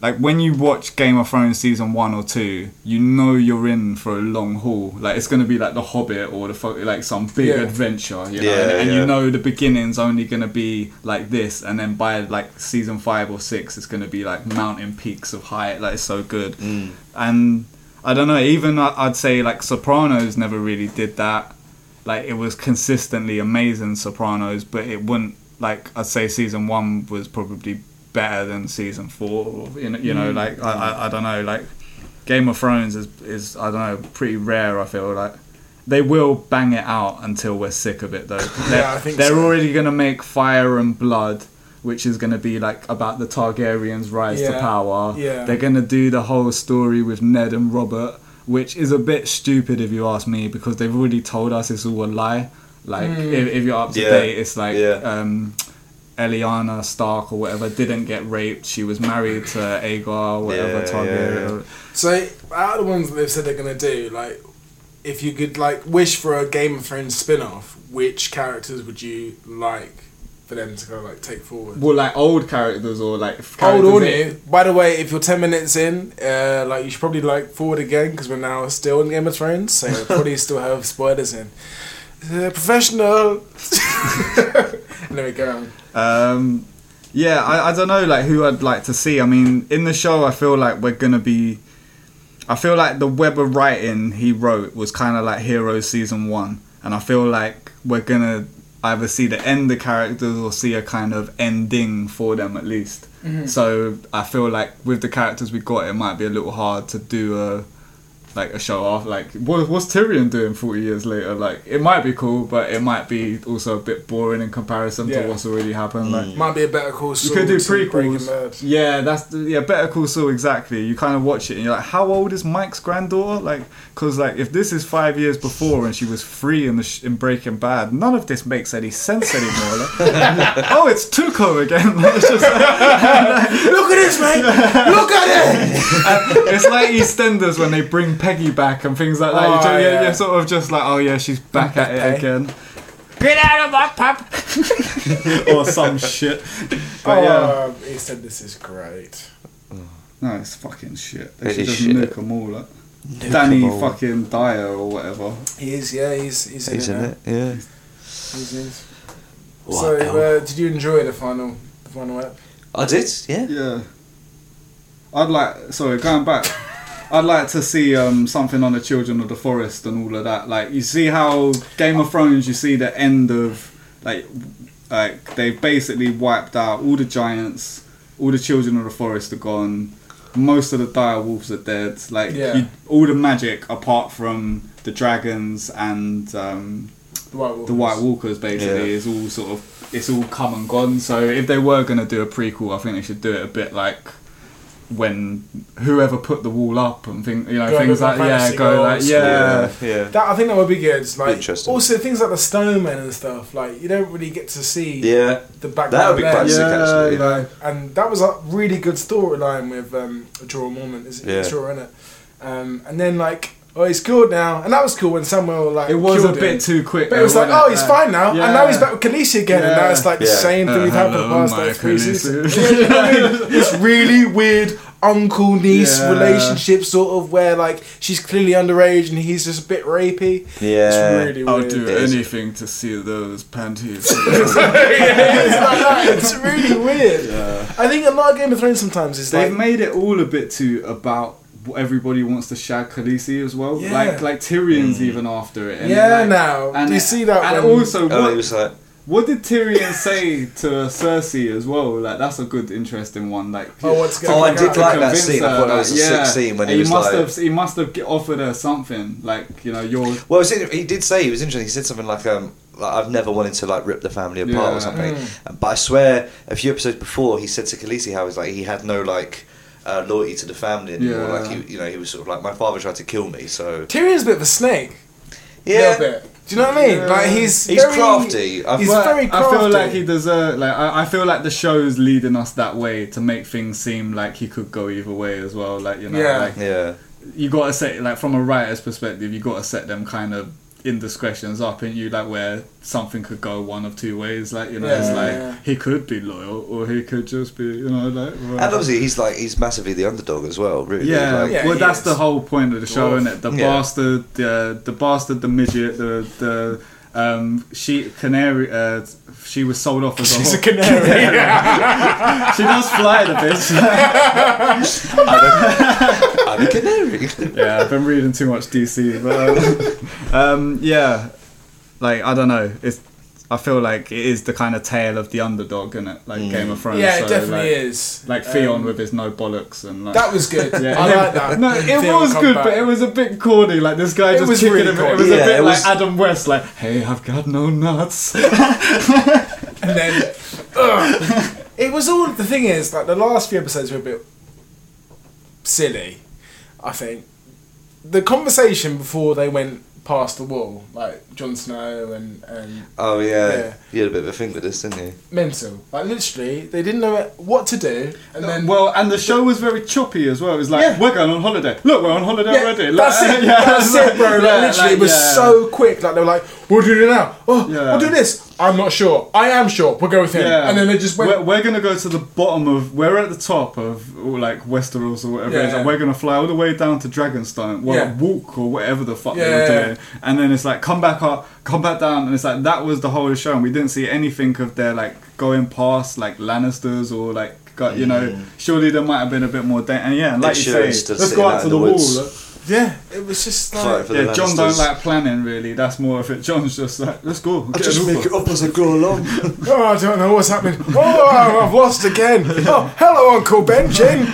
Speaker 4: like when you watch Game of Thrones season one or two, you know you're in for a long haul. Like it's gonna be like The Hobbit or the fo- like some big
Speaker 2: Yeah.
Speaker 4: adventure, you know,
Speaker 1: Yeah,
Speaker 4: and, and
Speaker 1: yeah.
Speaker 4: you know the beginning's only gonna be like this, and then by like season five or six, it's gonna be like mountain peaks of height. Like it's so good,
Speaker 1: Mm.
Speaker 4: and I don't know. Even I- I'd say like Sopranos never really did that. Like it was consistently amazing Sopranos, but it wouldn't like I'd say season one was probably better than season four. Or, you know, you
Speaker 2: Mm.
Speaker 4: know like I, I I don't know like Game of Thrones is is I don't know pretty rare. I feel like. They will bang it out until we're sick of it, though. They're,
Speaker 2: I think
Speaker 4: they're
Speaker 2: so.
Speaker 4: already going to make Fire and Blood, which is going to be like about the Targaryens' rise to
Speaker 2: Yeah.
Speaker 4: power.
Speaker 2: Yeah.
Speaker 4: They're going to do the whole story with Ned and Robert, which is a bit stupid if you ask me, because they've already told us it's all a lie. Like,
Speaker 2: Mm.
Speaker 4: if, if you're up to
Speaker 1: Yeah.
Speaker 4: date, it's like
Speaker 1: Yeah.
Speaker 4: um, Eliana Stark or whatever didn't get raped. She was married to Aegar, whatever
Speaker 1: Yeah,
Speaker 4: Targaryen.
Speaker 1: yeah, yeah.
Speaker 2: So out of the ones that they've said they're gonna do, like, if you could like wish for a Game of Thrones spin-off, which characters would you like for them to kind of like take forward?
Speaker 4: Well, like old characters or like
Speaker 2: Hold
Speaker 4: characters
Speaker 2: on
Speaker 4: that-
Speaker 2: here. By the way, if you're ten minutes in, uh, like you should probably like forward again because we're now still in Game of Thrones, so we'll probably still have spoilers in. Uh, professional. and then we go on.
Speaker 4: Um, yeah, I, I don't know like who I'd like to see. I mean, in the show, I feel like we're gonna be. I feel like the web of writing he wrote was kind of like Heroes season one, and I feel like we're gonna either see the end of characters or see a kind of ending for them at least. So I feel like with the characters we got, it might be a little hard to do a like a show off. Like what, what's Tyrion doing forty years later? Like it might be cool, but it might be also a bit boring in comparison
Speaker 2: Yeah.
Speaker 4: to what's already happened. Like
Speaker 2: Might be a better call.
Speaker 4: you could do
Speaker 2: Breaking
Speaker 4: prequels.
Speaker 2: Bad.
Speaker 4: Yeah, that's the- yeah. Better Call Saul, exactly. You kind of watch it and you're like, how old is Mike's granddaughter? Like, because like if this is five years before and she was free in the sh- in Breaking Bad, none of this makes any sense anymore. Like, oh, it's Tuco again. Like, it's, just,
Speaker 2: Look at this, mate. Look at it.
Speaker 4: it's like EastEnders when they bring Peggy back and things like that.
Speaker 2: Oh,
Speaker 4: you ju-
Speaker 2: yeah.
Speaker 4: you're, you're sort of just like, oh yeah, she's back at it again,
Speaker 2: Get out of my pub.
Speaker 4: or some shit. But
Speaker 2: Oh,
Speaker 4: yeah,
Speaker 2: yeah. he said this is great.
Speaker 4: no, it's fucking shit. They
Speaker 1: It
Speaker 4: should
Speaker 1: is
Speaker 4: just
Speaker 1: shit.
Speaker 4: nuke them all. Like. Danny
Speaker 1: 'em all.
Speaker 4: fucking Dyer or whatever.
Speaker 2: He is, yeah, he's he's in
Speaker 1: He's
Speaker 2: it.
Speaker 1: in
Speaker 2: now.
Speaker 1: it, yeah.
Speaker 2: He's in it.
Speaker 1: What
Speaker 2: so, uh, did you enjoy the final the final app?
Speaker 1: I did, yeah.
Speaker 4: Yeah. I'd like sorry, going back. I'd like to see um, something on the Children of the Forest and all of that. Like you see how Game of Thrones, you see the end of like like they've basically wiped out all the giants, all the Children of the Forest are gone. Most of the dire wolves are dead. Like
Speaker 2: Yeah.
Speaker 4: you, all the magic apart from the dragons and um,
Speaker 2: The White Wolf.
Speaker 4: the White Walkers basically
Speaker 1: Yeah.
Speaker 4: is all sort of it's all come and gone. So if they were going to do a prequel, I think they should do it a bit like when whoever put the wall up and think you know
Speaker 2: Go a
Speaker 4: things
Speaker 2: bit
Speaker 4: like
Speaker 2: more
Speaker 4: yeah
Speaker 2: fantasy
Speaker 4: go like
Speaker 2: goals.
Speaker 4: yeah.
Speaker 1: yeah.
Speaker 2: That I think that would be good. It's Like
Speaker 1: Interesting.
Speaker 2: also things like the snowmen and stuff. Like you don't really get to see
Speaker 1: Yeah.
Speaker 2: the back.
Speaker 1: That would be
Speaker 2: there.
Speaker 1: quite sick,
Speaker 4: Yeah,
Speaker 1: actually.
Speaker 2: You know, and that was a really good storyline with um, Jorah Mormont. Is it
Speaker 1: Yeah.
Speaker 2: yeah. Jorah in it? Um, and then like, oh, he's good now, and that was cool when Samuel like
Speaker 4: It was a
Speaker 2: killed him.
Speaker 4: bit too quick.
Speaker 2: But it was
Speaker 4: though,
Speaker 2: like,
Speaker 4: wasn't
Speaker 2: oh, he's fine now, and now he's back with Khaleesi again, and now
Speaker 4: Yeah.
Speaker 2: it's like the
Speaker 1: Yeah.
Speaker 2: same thing
Speaker 4: Uh,
Speaker 2: we've had for the
Speaker 4: hello,
Speaker 2: past
Speaker 4: Uh-huh. Oh my
Speaker 2: like three
Speaker 4: Khaleesi.
Speaker 2: seasons. You know what I mean? This really weird uncle niece
Speaker 4: Yeah.
Speaker 2: relationship, sort of where like she's clearly underage and he's just a bit rapey.
Speaker 1: Yeah.
Speaker 2: it's really weird.
Speaker 4: I'll do
Speaker 1: It is.
Speaker 4: anything to see those panties.
Speaker 2: it's like that. It's really weird. I think a lot of Game of Thrones sometimes is
Speaker 4: They've
Speaker 2: like,
Speaker 4: made it all a bit too about what everybody wants to shag Khaleesi as well.
Speaker 2: Yeah.
Speaker 4: Like like Tyrion's even after it. And
Speaker 2: yeah,
Speaker 4: like,
Speaker 2: now
Speaker 4: And
Speaker 2: do you
Speaker 4: it-
Speaker 2: see that?
Speaker 4: And
Speaker 2: when-
Speaker 4: also,
Speaker 1: Oh,
Speaker 4: what,
Speaker 1: he was like,
Speaker 4: What did Tyrion say to Cersei as well? Like that's a good, interesting one. Like,
Speaker 2: Oh, what's
Speaker 4: to-
Speaker 2: going
Speaker 1: Oh, I
Speaker 2: on?
Speaker 1: did
Speaker 4: to
Speaker 1: like that
Speaker 4: convince
Speaker 1: scene. I
Speaker 4: her,
Speaker 1: thought that was a
Speaker 4: like,
Speaker 1: sick
Speaker 4: yeah.
Speaker 1: scene when he
Speaker 4: he
Speaker 1: was
Speaker 4: must
Speaker 1: like-
Speaker 4: have, he must have g- offered her something. Like, you know, you're
Speaker 1: Well, it's in- he did say he was interesting. He said something like, um, like, "I've never wanted to like rip the family apart
Speaker 4: Yeah. Mm.
Speaker 1: or something." Uh, But I swear, a few episodes before, he said to Khaleesi how he's like he had no like uh, loyalty to the family anymore.
Speaker 4: Yeah.
Speaker 1: Like he, you know, he was sort of like my father tried to kill me, so
Speaker 2: Tyrion's a bit of a snake.
Speaker 1: yeah.
Speaker 2: little bit. Do you know what I mean?
Speaker 4: Yeah.
Speaker 2: Like he's
Speaker 1: He's
Speaker 2: very-
Speaker 1: crafty. I've-
Speaker 2: he's
Speaker 4: But
Speaker 2: very
Speaker 4: I
Speaker 2: crafty.
Speaker 4: feel like he deserves. Like, I, I feel like the show's leading us that way to make things seem like he could go either way as well. Like, you know,
Speaker 2: Yeah.
Speaker 4: like
Speaker 1: Yeah,
Speaker 4: you got to set like from a writer's perspective, you got to set them kind of indiscretions up in you, like where something could go one of two ways. Like you know, it's
Speaker 2: Yeah.
Speaker 4: like
Speaker 2: Yeah.
Speaker 4: he could be loyal or he could just be you know like.
Speaker 1: and obviously he's like he's massively the underdog as well. Really,
Speaker 4: yeah,
Speaker 1: Like,
Speaker 2: Yeah,
Speaker 4: well,
Speaker 2: he
Speaker 4: that's
Speaker 2: is.
Speaker 4: the whole point of the show,
Speaker 2: Dwarf.
Speaker 4: isn't it? The
Speaker 1: Yeah.
Speaker 4: bastard, the the bastard, the midget, the the um, she canary. Uh, she was sold off as a.
Speaker 2: He's a
Speaker 4: hawk.
Speaker 2: canary.
Speaker 4: she does fly the bitch.
Speaker 1: I'm a canary.
Speaker 4: yeah, I've been reading too much DC, but um, um, yeah, like I don't know. It's I feel like it is the kind of tale of the underdog, isn't it? Like
Speaker 1: Mm.
Speaker 4: Game of Thrones.
Speaker 2: Yeah,
Speaker 4: so,
Speaker 2: it definitely
Speaker 4: like,
Speaker 2: is.
Speaker 4: Like
Speaker 2: Um,
Speaker 4: Theon with his no bollocks and like.
Speaker 2: That was good.
Speaker 4: Yeah,
Speaker 2: I
Speaker 4: it-
Speaker 2: like that.
Speaker 4: No,
Speaker 2: The
Speaker 4: it
Speaker 2: Theon
Speaker 4: was good,
Speaker 2: comeback.
Speaker 4: but it was a bit corny. Like this guy just
Speaker 2: was
Speaker 4: kicking
Speaker 2: really
Speaker 4: him. It
Speaker 2: corny.
Speaker 4: was
Speaker 1: Yeah,
Speaker 4: a bit
Speaker 1: it
Speaker 4: like
Speaker 1: was-
Speaker 4: Adam West, like, "Hey, I've got no nuts."
Speaker 2: and then ugh. it was all. The thing is, like the last few episodes were a bit silly. I think the conversation before they went past the wall, like Jon Snow and and
Speaker 1: oh yeah.
Speaker 2: Yeah.
Speaker 1: you had a bit of a thing with this, didn't you?
Speaker 2: mental, like literally, they didn't know what to do, and then
Speaker 4: well, and the show was very choppy as well. It was like,
Speaker 2: Yeah.
Speaker 4: "We're going on holiday. Look, we're on holiday
Speaker 2: Yeah,
Speaker 4: already." Like,
Speaker 2: that's it.
Speaker 4: yeah,
Speaker 2: that's
Speaker 4: like-
Speaker 2: it, bro. Like,
Speaker 4: yeah,
Speaker 2: literally, it
Speaker 4: like,
Speaker 2: was
Speaker 4: yeah.
Speaker 2: so quick. Like they were like, "We'll do it now. Oh,
Speaker 4: Yeah.
Speaker 2: we'll do this. I'm not sure. I am sure. We'll go with him."
Speaker 4: Yeah.
Speaker 2: And then they just went.
Speaker 4: We're, we're gonna go to the bottom of. We're at the top of all, like Westeros or whatever. it is,
Speaker 2: Yeah.
Speaker 4: and we're gonna fly all the way down to Dragonstone. Well,
Speaker 2: Yeah.
Speaker 4: walk or whatever the fuck they
Speaker 2: Yeah.
Speaker 4: were doing. show, and then it's like come back up, come back down, and it's like that was the whole show, and we didn't see anything of their like going past like Lannisters or like got you know.
Speaker 1: Mm.
Speaker 4: Surely there might have been a bit more. Da- and yeah, like
Speaker 1: Ed
Speaker 4: you
Speaker 1: Sheeran
Speaker 4: say,
Speaker 1: stood
Speaker 4: let's
Speaker 1: sitting
Speaker 4: go
Speaker 1: out
Speaker 4: out to
Speaker 1: in
Speaker 4: the,
Speaker 1: the
Speaker 4: wall.
Speaker 1: woods.
Speaker 4: Like, yeah, it was just like
Speaker 1: Fighting for the
Speaker 4: yeah. John don't
Speaker 1: Lannisters.
Speaker 4: like planning really. That's more of it. John's just like let's go.
Speaker 1: I
Speaker 4: get
Speaker 1: just
Speaker 4: an Uber.
Speaker 1: make it up as I go along.
Speaker 2: Oh, I don't know what's happening. Oh, I've lost again. Oh, hello, Uncle Benjamin.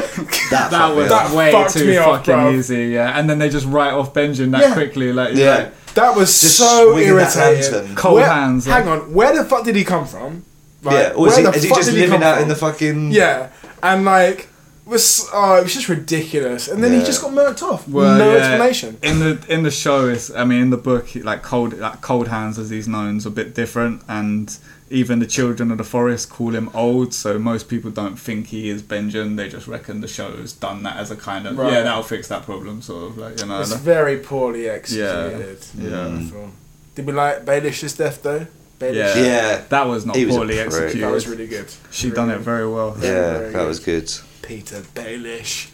Speaker 1: that
Speaker 4: That
Speaker 1: fucked me
Speaker 4: was
Speaker 1: up.
Speaker 2: That
Speaker 4: way
Speaker 2: fucked
Speaker 4: too
Speaker 2: me off,
Speaker 4: fucking
Speaker 2: bruv.
Speaker 4: easy, yeah. And then they just write off Benjamin that
Speaker 2: Yeah.
Speaker 4: quickly, like
Speaker 1: Yeah.
Speaker 4: yeah,
Speaker 2: That was
Speaker 1: Just
Speaker 2: so
Speaker 1: swinging that
Speaker 2: irritating.
Speaker 1: lantern.
Speaker 4: Cold
Speaker 2: Where-
Speaker 4: hands, like-
Speaker 2: Hang on, where the fuck did he come from? Like,
Speaker 1: yeah, or is
Speaker 2: where
Speaker 1: he,
Speaker 2: the
Speaker 1: is he
Speaker 2: fuck
Speaker 1: just
Speaker 2: did he
Speaker 1: living
Speaker 2: come
Speaker 1: out in
Speaker 2: from?
Speaker 1: the fucking?
Speaker 2: Yeah, and like was oh, it was just ridiculous. And then he
Speaker 1: Yeah.
Speaker 2: just got murked off.
Speaker 4: Well,
Speaker 2: no
Speaker 4: yeah,
Speaker 2: explanation.
Speaker 4: In the in the show is I mean in the book like cold like cold hands as he's known is a bit different and even the children of the forest call him old so most people don't think he is Benjamin they just reckon the show has done that as a kind of
Speaker 2: Right.
Speaker 4: yeah that'll fix that problem sort of like you know
Speaker 2: It's
Speaker 4: like-
Speaker 2: very poorly executed.
Speaker 4: Yeah, yeah.
Speaker 2: Film. Did we like Baelish's death though? Baelish.
Speaker 4: yeah.
Speaker 1: Yeah.
Speaker 4: that was not
Speaker 1: He was a
Speaker 4: poorly
Speaker 1: prick.
Speaker 4: executed
Speaker 2: That was really good.
Speaker 4: she done it very well
Speaker 1: Yeah,
Speaker 2: Very
Speaker 1: that
Speaker 2: good.
Speaker 1: was good.
Speaker 2: Peter Baelish.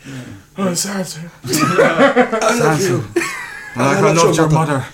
Speaker 2: Oh, sorry, sorry.
Speaker 4: like I loved your mother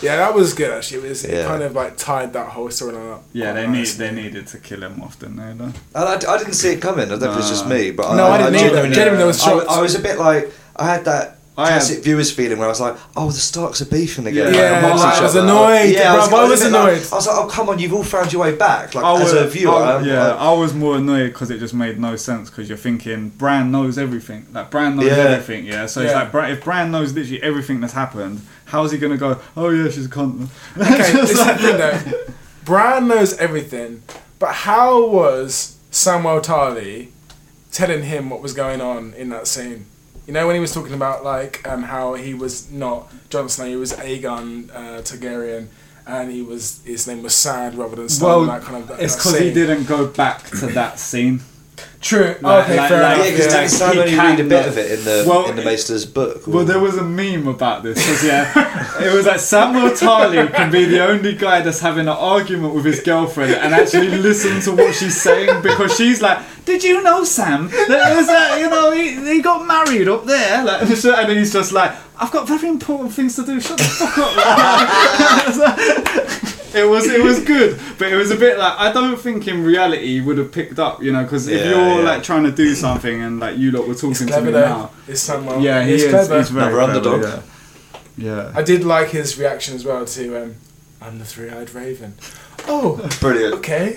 Speaker 2: Yeah, that was good actually. It was it
Speaker 1: Yeah.
Speaker 2: kind of like tied that whole storyline up.
Speaker 4: yeah
Speaker 2: quite
Speaker 4: they need
Speaker 2: nicely.
Speaker 4: they needed to kill him off didn't they though?
Speaker 1: And I, I didn't see it coming. I don't know if it's just me, but
Speaker 2: No, I didn't either.
Speaker 1: genuinely-
Speaker 2: Genuinely was
Speaker 1: I,
Speaker 2: shocked.
Speaker 1: I was a bit like I had that
Speaker 4: I
Speaker 1: classic
Speaker 4: had-
Speaker 1: viewers feeling where I was like, "Oh, the Starks are beefing again."
Speaker 4: Yeah,
Speaker 1: like, amongst
Speaker 4: like,
Speaker 1: each
Speaker 4: I was
Speaker 1: other.
Speaker 2: annoyed,
Speaker 1: Yeah, I was,
Speaker 2: bruv, I
Speaker 1: I
Speaker 2: was
Speaker 1: was a bit like-
Speaker 2: annoyed.
Speaker 1: I was like, "Oh, come on, you've all found your way back." Like
Speaker 4: I
Speaker 1: as
Speaker 4: was-
Speaker 1: a viewer, um,
Speaker 4: I-
Speaker 1: I'm
Speaker 4: yeah,
Speaker 1: like-
Speaker 4: I was more annoyed because it just made no sense because you're thinking Bran knows everything. Like Bran knows
Speaker 1: Yeah.
Speaker 4: everything, yeah. So it's
Speaker 2: Yeah.
Speaker 4: like Bran, if Bran knows literally everything that's happened, how is he gonna go? Oh yeah, she's a cunt.
Speaker 2: Okay, this is the thing though. Bran knows everything, but how was Samuel Tarly telling him what was going on in that scene? You know when he was talking about like um, how he was not Jon Snow, he was Aegon uh, Targaryen, and he was his name was Sad rather than Snow.
Speaker 4: well,
Speaker 2: that kind of that
Speaker 4: it's
Speaker 2: that
Speaker 4: because he
Speaker 2: scene.
Speaker 4: didn't go back to that scene.
Speaker 2: True.
Speaker 4: Like-
Speaker 2: okay,
Speaker 4: like-
Speaker 2: fair
Speaker 4: like-
Speaker 2: enough.
Speaker 1: yeah, because
Speaker 4: Yeah.
Speaker 1: didn't Sam
Speaker 4: He
Speaker 1: only
Speaker 4: can
Speaker 1: read a bit
Speaker 4: know.
Speaker 1: of it in the
Speaker 4: Well,
Speaker 1: in the
Speaker 4: it-
Speaker 1: Maester's book?
Speaker 4: Well, there was a meme about this 'cause, yeah, it was like Samuel Tarly can be the only guy that's having an argument with his girlfriend and actually listen to what she's saying because she's like, "Did you know Sam? That was, uh, you know, he, he got married up there," like, and then he's just like, "I've got very important things to do. Shut the fuck up." It was it was good, but it was a bit like I don't think in reality you would have picked up, you know, because if
Speaker 1: Yeah,
Speaker 4: you're
Speaker 1: yeah.
Speaker 4: like trying to do something and like you lot were talking to
Speaker 2: Clever
Speaker 4: me
Speaker 2: though.
Speaker 4: now,
Speaker 2: It's Samuel.
Speaker 4: yeah, he
Speaker 2: he's
Speaker 4: is.
Speaker 2: Clever.
Speaker 4: He's very
Speaker 1: Another
Speaker 4: clever,
Speaker 1: underdog.
Speaker 4: Yeah.
Speaker 2: I did like his reaction as well to um, "I'm the three-eyed raven." Oh,
Speaker 1: brilliant.
Speaker 2: okay,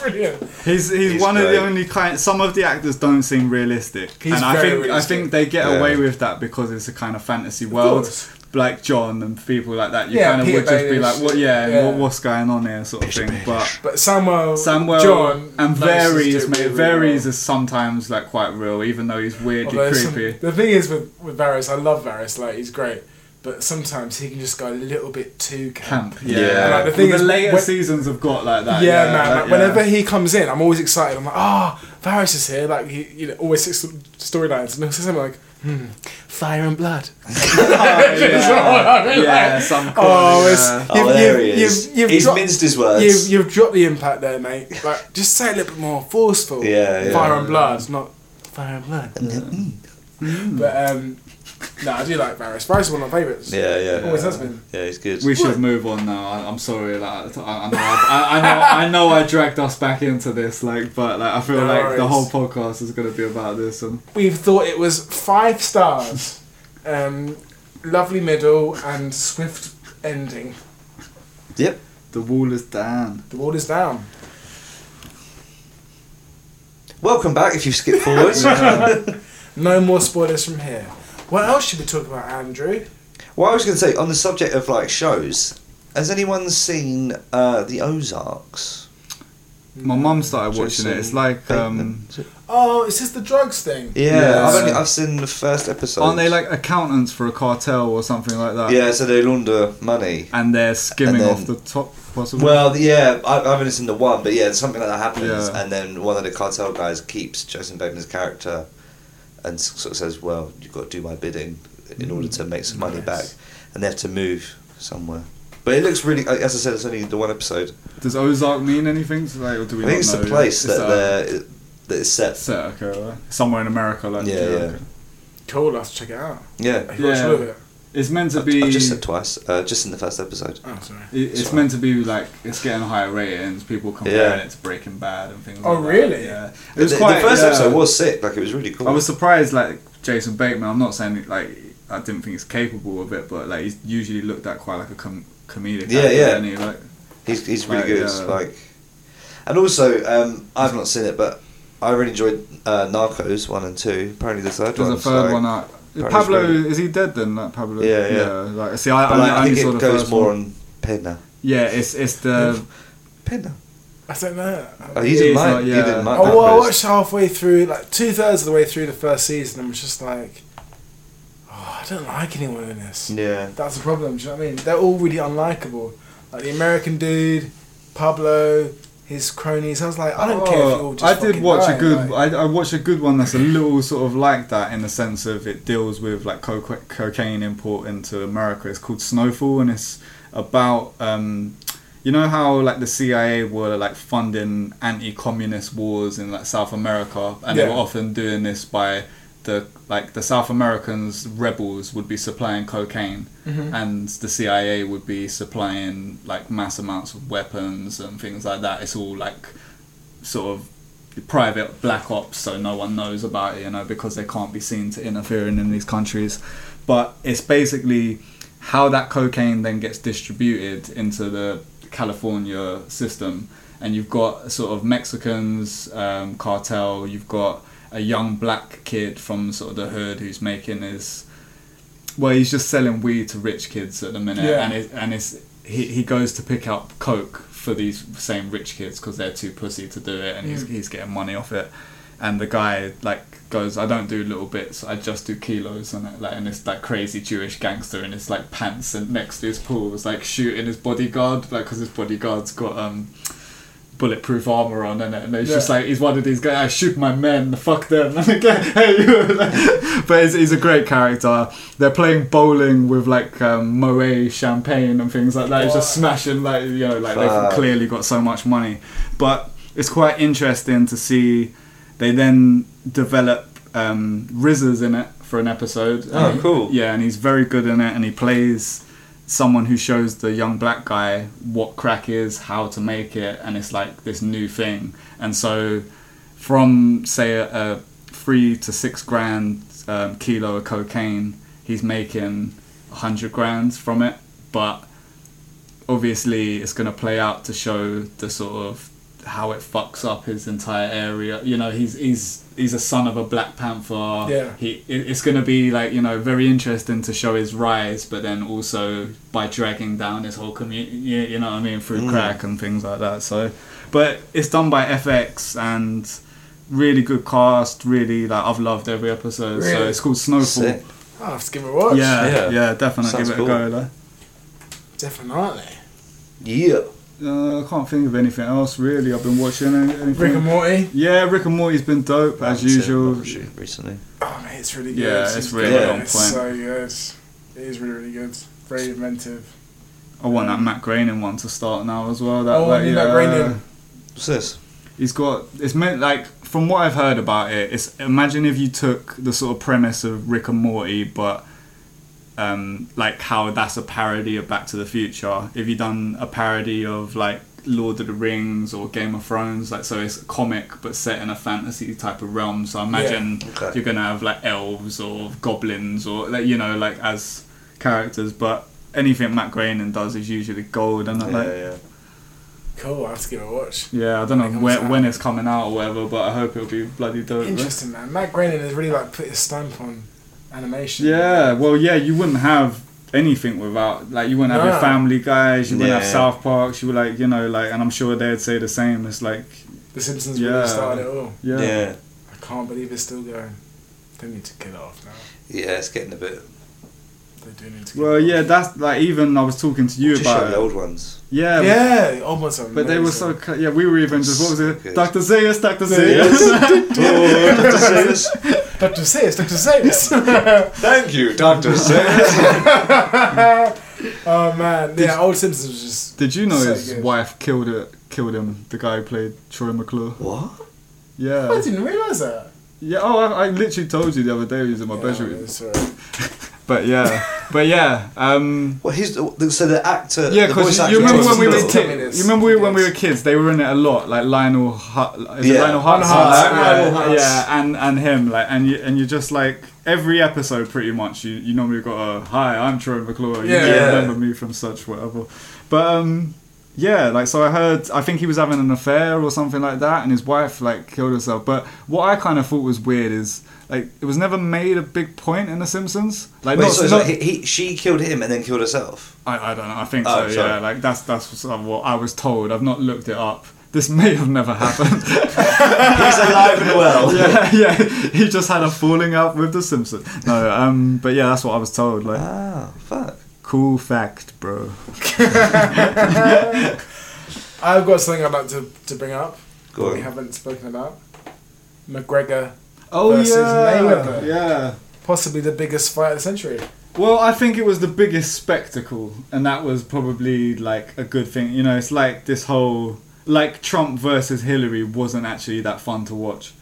Speaker 2: brilliant.
Speaker 4: He's, he's
Speaker 1: He's
Speaker 4: one of
Speaker 1: great.
Speaker 4: the only kind. Some of the actors don't seem realistic,
Speaker 2: He's
Speaker 4: and I
Speaker 2: very
Speaker 4: think
Speaker 2: realistic.
Speaker 4: I think they get
Speaker 1: Yeah.
Speaker 4: away with that because it's a kind of fantasy world.
Speaker 2: course.
Speaker 4: Like John and people like that, you
Speaker 2: Yeah,
Speaker 4: kind of
Speaker 2: Peter
Speaker 4: would just be
Speaker 2: Baelish.
Speaker 4: like, "What? Yeah,
Speaker 2: Yeah.
Speaker 4: What, what's going on here?" sort of thing. But
Speaker 2: But Samuel,
Speaker 4: Samuel
Speaker 2: John,
Speaker 4: and
Speaker 2: manages to
Speaker 4: varies,
Speaker 2: do
Speaker 4: mate.
Speaker 2: really
Speaker 4: varies
Speaker 2: well.
Speaker 4: is sometimes like quite real, even though he's weirdly
Speaker 2: Although some-
Speaker 4: creepy.
Speaker 2: the thing is with with Varys, I love Varys. Like he's great, but sometimes he can just go a little bit too camp.
Speaker 4: Camp, yeah.
Speaker 1: Yeah.
Speaker 2: Like, the
Speaker 4: the,
Speaker 2: thing is,
Speaker 4: later
Speaker 2: when-
Speaker 4: seasons have got like that.
Speaker 2: Yeah,
Speaker 4: yeah
Speaker 2: man.
Speaker 4: like,
Speaker 2: Like,
Speaker 4: yeah.
Speaker 2: Whenever he comes in, I'm always excited. I'm like, ah, Varys is here. Like he, you know, always six storylines, and something like, hmm, fire and blood.
Speaker 4: yeah, yeah, some
Speaker 2: Oh,
Speaker 4: corny,
Speaker 2: it's,
Speaker 4: yeah.
Speaker 1: Oh, there he is. He's minced his words.
Speaker 2: You've, you've dropped the impact there, mate. Like, just say it a little bit more forceful.
Speaker 1: Yeah, yeah.
Speaker 2: Fire and blood, not fire and blood. But um, no, I do like Varys. Varys is one of my favourites.
Speaker 1: Yeah, yeah,
Speaker 2: always
Speaker 1: yeah.
Speaker 2: has been.
Speaker 1: Yeah, he's good.
Speaker 4: We should move on now. I, I'm sorry. Like, I, I, know I, I know, I know, I dragged us back into this. Like, but like, I feel
Speaker 2: No
Speaker 4: like the
Speaker 2: worries.
Speaker 4: whole podcast is going to be about this. And
Speaker 2: We've thought it was five stars, um, lovely middle and swift ending.
Speaker 1: Yep.
Speaker 4: the wall is down.
Speaker 2: The wall is down.
Speaker 1: Welcome back. If you skip forward.
Speaker 2: No more spoilers from here. What else should we talk about, Andrew?
Speaker 1: Well, I was going to say on the subject of like shows, has anyone seen uh, the Ozarks?
Speaker 4: My mum started watching it.
Speaker 1: Jason
Speaker 4: It's like, um,
Speaker 1: Bateman, is it?
Speaker 2: Oh, it's just the drugs thing.
Speaker 1: yeah,
Speaker 4: Yeah.
Speaker 1: I've, only, I've seen the first episode.
Speaker 4: aren't they like uh, accountants for a cartel or something like that?
Speaker 1: Yeah, so they launder money.
Speaker 4: And they're skimming
Speaker 1: And then-
Speaker 4: off the top, possibly.
Speaker 1: Well, yeah, I, I've only seen the one, but yeah, something like that happens,
Speaker 4: Yeah.
Speaker 1: and then one of the cartel guys keeps Jason Bateman's character, and s- sort of says, "Well, you've got to do my bidding in order to make some money
Speaker 2: Nice.
Speaker 1: back," and they have to move somewhere. But it looks really, uh, as I said, it's only the one episode.
Speaker 4: does Ozark mean anything? To, like, or do we
Speaker 1: I think
Speaker 4: not
Speaker 1: it's
Speaker 4: know
Speaker 1: the
Speaker 4: yet?
Speaker 1: place
Speaker 4: It's
Speaker 1: that
Speaker 4: um, a-
Speaker 1: they're, that it's set
Speaker 4: set, okay, right? somewhere in America, like
Speaker 1: Yeah, yeah.
Speaker 4: okay.
Speaker 2: Cool, I'll have to check it out.
Speaker 1: Yeah.
Speaker 2: Have you watched
Speaker 4: Yeah.
Speaker 2: all of it?
Speaker 4: It's meant to
Speaker 1: I've,
Speaker 4: be.
Speaker 1: I've just said twice, uh, just in the first episode.
Speaker 2: Oh, sorry.
Speaker 4: it- it's meant to be like it's getting higher ratings. People comparing
Speaker 1: Yeah.
Speaker 4: it to Breaking Bad and things.
Speaker 2: Oh,
Speaker 4: like
Speaker 2: really?
Speaker 4: That. Yeah, it
Speaker 1: The,
Speaker 4: was
Speaker 1: the
Speaker 4: quite.
Speaker 1: first
Speaker 4: yeah.
Speaker 1: episode was sick. Like it was really cool.
Speaker 4: I was surprised, like Jason Bateman. I'm not saying like I didn't think he's capable of it, but like he's usually looked at quite like a com- comedic.
Speaker 1: Yeah,
Speaker 4: actor,
Speaker 1: yeah.
Speaker 4: And he like
Speaker 1: He's he's really
Speaker 4: Like,
Speaker 1: good.
Speaker 4: uh,
Speaker 1: Like, and also um, I've not seen it, but I really enjoyed uh, Narcos one and two. Apparently the third
Speaker 4: there's
Speaker 1: one.
Speaker 4: a third one out.
Speaker 1: Apparently
Speaker 4: Pablo
Speaker 1: it's really-
Speaker 4: is he dead then? Like Pablo.
Speaker 1: Yeah, yeah.
Speaker 4: like see, I,
Speaker 1: But
Speaker 4: I,
Speaker 1: like,
Speaker 4: I
Speaker 1: I
Speaker 4: only
Speaker 1: think
Speaker 4: saw the
Speaker 1: it goes
Speaker 4: first
Speaker 1: more
Speaker 4: one.
Speaker 1: on Pena.
Speaker 4: Yeah, it's it's the
Speaker 1: Pena.
Speaker 2: I don't know. I,
Speaker 1: Oh, you didn't
Speaker 4: It's
Speaker 1: like.
Speaker 4: not-
Speaker 1: You
Speaker 4: yeah.
Speaker 1: didn't like.
Speaker 2: oh, well, I
Speaker 1: Narcos.
Speaker 2: watched halfway through, like two thirds of the way through the first season, and was just like, oh, I don't like anyone in this.
Speaker 1: Yeah.
Speaker 2: That's the problem. Do you know what I mean? They're all really unlikable. Like the American dude, Pablo, his cronies. I was like, I don't care if you all
Speaker 4: Oh,
Speaker 2: just.
Speaker 4: I did
Speaker 2: fucking
Speaker 4: watch
Speaker 2: die,
Speaker 4: a good.
Speaker 2: like-
Speaker 4: I, I watched a good one that's a little sort of like that in the sense of it deals with like co- cocaine import into America. It's called Snowfall, and it's about um, you know how like the CIA were like funding anti-communist wars in like South America, and they
Speaker 2: Yeah.
Speaker 4: were often doing this by the like the South Americans rebels would be supplying cocaine, and the CIA would be supplying like mass amounts of weapons and things like that. It's all like sort of private black ops so no one knows about it you know because they can't be seen to interfering in these countries but it's basically how that cocaine then gets distributed into the california system and you've got sort of mexicans um, cartel you've got a young black kid from sort of the hood who's making his well he's just selling weed to rich kids at the minute
Speaker 2: Yeah.
Speaker 4: and it, and it's he, he goes to pick up coke for these same rich kids because they're too pussy to do it and he's, he's getting money off it and the guy like goes i don't do little bits i just do kilos and it like and it's like crazy jewish gangster in his like pants and next to his pool was like shooting his bodyguard like because his bodyguard's got um bulletproof armor on and it and it's just
Speaker 2: Yeah.
Speaker 4: like he's one of these guys I shoot my men fuck them and again hey you but he's, he's a great character they're playing bowling with like um, Moet champagne and things like that it's just smashing like you know like
Speaker 1: Fuck.
Speaker 4: they've clearly got so much money but it's quite interesting to see they then develop um, Rizzers in it for an episode
Speaker 1: Oh,
Speaker 4: And-
Speaker 1: cool.
Speaker 4: yeah and he's very good in it and he plays someone who shows the young black guy what crack is, how to make it, and it's like this new thing. And so, from say a, a three to six grand um, kilo of cocaine, he's making a hundred grand from it, but obviously it's going to play out to show the sort of how it fucks up his entire area. You know, he's he's he's a son of a Black Panther.
Speaker 2: Yeah.
Speaker 4: He it, it's going to be like you know very interesting to show his rise, but then also by dragging down his whole community. You, you know what I mean through
Speaker 1: Mm.
Speaker 4: crack and things like that. So, but it's done by FX and really good cast. Really like I've loved every episode. So
Speaker 2: Really?
Speaker 4: it's called Snowfall.
Speaker 1: Sick.
Speaker 2: I'll have to give it a watch.
Speaker 4: Yeah,
Speaker 1: Yeah.
Speaker 4: yeah, definitely
Speaker 1: Sounds
Speaker 4: give it
Speaker 1: cool.
Speaker 4: a go. Though.
Speaker 2: Definitely.
Speaker 1: Yeah.
Speaker 4: Uh, I can't think of anything else really. I've been watching any- anything.
Speaker 2: Rick and Morty.
Speaker 4: yeah, Rick and Morty's been dope as
Speaker 1: Haven't seen it
Speaker 4: usual.
Speaker 1: much Recently.
Speaker 2: Oh, mate, it's really good.
Speaker 4: Yeah, it's really
Speaker 2: good.
Speaker 1: on
Speaker 2: It's
Speaker 4: point.
Speaker 2: so good. It is really, really good. Very inventive.
Speaker 4: I want that Matt Groening one to start now as well. That,
Speaker 2: Oh,
Speaker 4: like,
Speaker 2: I need
Speaker 4: yeah,
Speaker 2: Matt Groening.
Speaker 1: What's this?
Speaker 4: He's got. It's meant like from what I've heard about it. It's imagine if you took the sort of premise of Rick and Morty, but um, like how that's a parody of Back to the Future. If you done a parody of like Lord of the Rings or Game of Thrones, like so it's comic but set in a fantasy type of realm. So I imagine
Speaker 1: Okay.
Speaker 4: you're gonna have like elves or goblins or like you know like as characters, but. Anything Matt Groening does is usually gold, and I like
Speaker 1: yeah, yeah.
Speaker 2: Cool, I'll have to give it a watch.
Speaker 4: yeah, I don't know
Speaker 2: Like,
Speaker 4: where,
Speaker 2: what's that?
Speaker 4: when it's coming out or whatever, but I hope it'll be bloody dope. right?
Speaker 2: Interesting, man. Matt Groening has really like put his stamp on animation.
Speaker 4: Yeah, well, yeah, you wouldn't have anything without, like, you wouldn't have
Speaker 2: No.
Speaker 4: your Family Guys, you wouldn't have
Speaker 1: Yeah.
Speaker 4: South Parks, you would, like, you know, like, and I'm sure they'd say the same. It's like,
Speaker 2: The Simpsons
Speaker 4: Yeah.
Speaker 2: really started it all.
Speaker 4: yeah.
Speaker 1: yeah.
Speaker 2: I can't believe it's still going. They need to get it off now.
Speaker 1: Yeah, it's getting a bit.
Speaker 2: They do need to. Get
Speaker 4: Well,
Speaker 2: it
Speaker 4: yeah, that's like even I was talking to you
Speaker 1: Just show
Speaker 4: about
Speaker 1: the
Speaker 4: it.
Speaker 1: off. old ones.
Speaker 4: Yeah,
Speaker 2: off. yeah, the old ones are
Speaker 4: but they were
Speaker 2: amazing.
Speaker 4: so cu- yeah. We were even just what was
Speaker 1: Good.
Speaker 4: it? Doctor Zeus, Doctor Zeus.
Speaker 1: Dr. Seuss.
Speaker 2: Dr. Seuss, Dr. Seuss.
Speaker 1: Thank you, Dr. Seuss.
Speaker 2: oh man, yeah, old Simpsons was just.
Speaker 4: Did you know
Speaker 2: So
Speaker 4: his
Speaker 2: good.
Speaker 4: wife killed it? Killed him. The guy who played Troy McClure.
Speaker 1: what?
Speaker 4: Yeah.
Speaker 2: I didn't realize that. Oh,
Speaker 4: Yeah, oh, I, I literally told you the other day he was in my bedroom.
Speaker 2: Sorry.
Speaker 4: But yeah, but yeah, um,
Speaker 1: Well, he's the, so the actor.
Speaker 4: yeah.
Speaker 1: the voice
Speaker 4: Because
Speaker 1: actor
Speaker 4: you remember when we were
Speaker 1: was
Speaker 2: Tell
Speaker 1: still-
Speaker 2: me this.
Speaker 4: kids? You remember we, when we
Speaker 2: Yes.
Speaker 4: were kids? They were in it a lot, like Lionel. Hart, is it
Speaker 1: Yeah.
Speaker 4: Lionel Hart?
Speaker 2: Hart,
Speaker 4: Yeah,
Speaker 2: Hart.
Speaker 4: yeah, yeah, and and him, like, and you and you just like every episode, pretty much. You you normally got a hi, I'm Troy McClure. You
Speaker 2: Yeah.
Speaker 4: may
Speaker 2: Yeah.
Speaker 4: remember me from such whatever, but um. Yeah, like so I heard I think he was having an affair or something like that and his wife like killed herself. But what I kind of thought was weird is like it was never made a big point in the Simpsons. Like
Speaker 1: Wait,
Speaker 4: not,
Speaker 1: so it's
Speaker 4: not-
Speaker 1: like he, he, she killed him and then killed herself.
Speaker 4: I, I don't know. I think
Speaker 1: Oh,
Speaker 4: so.
Speaker 1: sorry.
Speaker 4: Yeah, like that's that's what I was told. I've not looked it up. This may have never happened.
Speaker 1: He's alive and well.
Speaker 4: yeah, yeah. He just had a falling out with the Simpsons. No, um, but yeah, that's what I was told. Like,
Speaker 1: Ah, fuck.
Speaker 4: cool fact, bro.
Speaker 2: I've got something I'd like to, to bring up
Speaker 1: Go
Speaker 2: that we
Speaker 1: on.
Speaker 2: haven't spoken about. McGregor,
Speaker 4: Oh
Speaker 2: Versus
Speaker 4: yeah,
Speaker 2: Mayweather.
Speaker 4: yeah.
Speaker 2: possibly the biggest fight of the century.
Speaker 4: Well, I think it was the biggest spectacle, and that was probably like a good thing. You know, it's like this whole like Trump versus Hillary wasn't actually that fun to watch.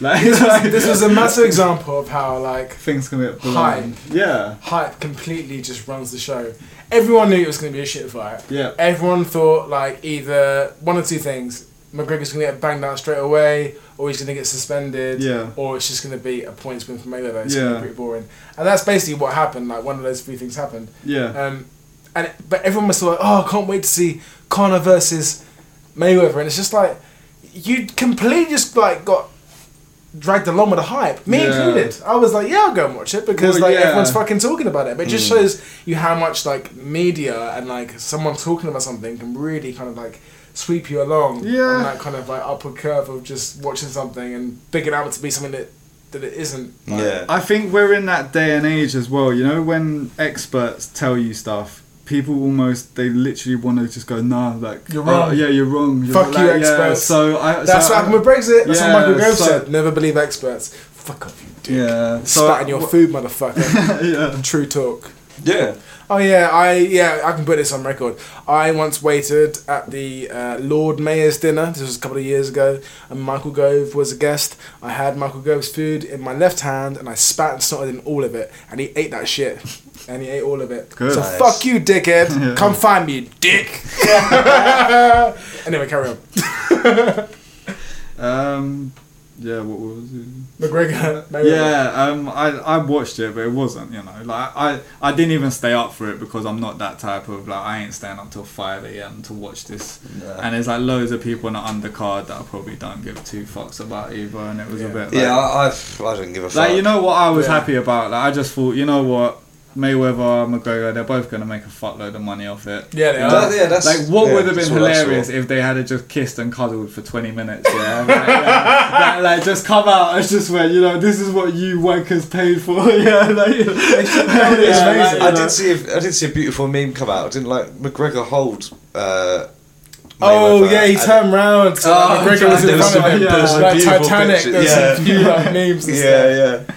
Speaker 4: Like,
Speaker 2: This was, this was a massive example of how like
Speaker 4: things can get
Speaker 2: Hype.
Speaker 4: blind. Yeah.
Speaker 2: hype completely just runs the show. Everyone knew it was going to be a shit fight.
Speaker 4: Yeah.
Speaker 2: Everyone thought like either one or two things: McGregor's going to get banged out straight away, or he's going to get suspended,
Speaker 4: Yeah.
Speaker 2: or it's just going to be a points win for Mayweather. It's going to
Speaker 4: Yeah.
Speaker 2: be pretty boring. And that's basically what happened. Like one of those three things happened.
Speaker 4: Yeah.
Speaker 2: Um, and it- but everyone was like, "Oh, I can't wait to see Connor versus Mayweather," and it's just like you completely just like got dragged along with the hype, me
Speaker 4: Yeah.
Speaker 2: included. I was like, "Yeah, I'll go and watch it because
Speaker 4: Well,
Speaker 2: like
Speaker 4: yeah.
Speaker 2: everyone's fucking talking about it." But it just shows you how much like media and like someone talking about something can really kind of like sweep you along
Speaker 4: Yeah.
Speaker 2: on that kind of like upward curve of just watching something and bigging out to be something that that it isn't. Like,
Speaker 1: Yeah.
Speaker 4: I think we're in that day and age as well. You know, when experts tell you stuff, people almost they literally want to just go, "Nah, like
Speaker 2: You're
Speaker 4: oh,
Speaker 2: wrong.
Speaker 4: yeah, you're wrong. You're
Speaker 2: Fuck
Speaker 4: like,
Speaker 2: you,
Speaker 4: yeah."
Speaker 2: experts.
Speaker 4: So I,
Speaker 2: That's
Speaker 4: so
Speaker 2: what happened with Brexit. That's
Speaker 4: Yeah,
Speaker 2: what Michael Gove
Speaker 4: so-
Speaker 2: said. Never believe experts. Fuck off, you dick.
Speaker 4: Yeah. So
Speaker 2: Spat in your food, motherfucker.
Speaker 4: yeah.
Speaker 2: True talk.
Speaker 1: Yeah.
Speaker 2: Oh yeah, I yeah I can put this on record. I once waited at the uh, Lord Mayor's dinner. This was a couple of years ago, and Michael Gove was a guest. I had Michael Gove's food in my left hand, and I spat and snotted in all of it, and he ate that shit, and he ate all of it.
Speaker 4: Good.
Speaker 2: So
Speaker 4: Nice.
Speaker 2: fuck you, dickhead. Come find me, you dick. anyway, carry on.
Speaker 4: Um. Yeah. What was it?
Speaker 2: McGregor. Mayweather.
Speaker 4: Yeah. Um. I I watched it, but it wasn't. You know, like I I didn't even stay up for it because I'm not that type of like I ain't staying up till five a.m. to watch this. And there's like loads of people on the undercard that I probably don't give two fucks about either, and it was a
Speaker 2: Yeah.
Speaker 4: bit. Like,
Speaker 1: Yeah, I, I've, I don't give a fuck.
Speaker 4: Like you know what I was
Speaker 2: Yeah.
Speaker 4: happy about. Like I just thought, you know what, Mayweather, McGregor, they're both gonna make a fuckload of money off it.
Speaker 2: Yeah, they
Speaker 4: You know?
Speaker 2: are.
Speaker 1: That- yeah, that's-
Speaker 4: like what
Speaker 1: yeah,
Speaker 4: would have been
Speaker 1: that's what I
Speaker 4: hilarious
Speaker 1: saw.
Speaker 4: if they had just kissed and cuddled for twenty minutes. Yeah, like, yeah. Like- like, just come out and just went, you know, this is what you wankers paid for. yeah, like,
Speaker 2: it's
Speaker 4: Yeah,
Speaker 2: amazing.
Speaker 4: you
Speaker 1: I
Speaker 4: know.
Speaker 1: did see a, I did see a beautiful meme come out. Didn't like McGregor hold. Uh,
Speaker 2: Oh
Speaker 1: Mayweather
Speaker 2: yeah, he
Speaker 1: and-
Speaker 2: turned round. So
Speaker 4: Oh,
Speaker 2: McGregor was in
Speaker 4: there was
Speaker 2: front of
Speaker 4: some-
Speaker 2: him.
Speaker 4: yeah, there was some
Speaker 2: like
Speaker 1: beautiful
Speaker 2: Titanic.
Speaker 1: pictures.
Speaker 2: There's
Speaker 1: Yeah.
Speaker 2: a few like, memes and stuff.
Speaker 1: Yeah,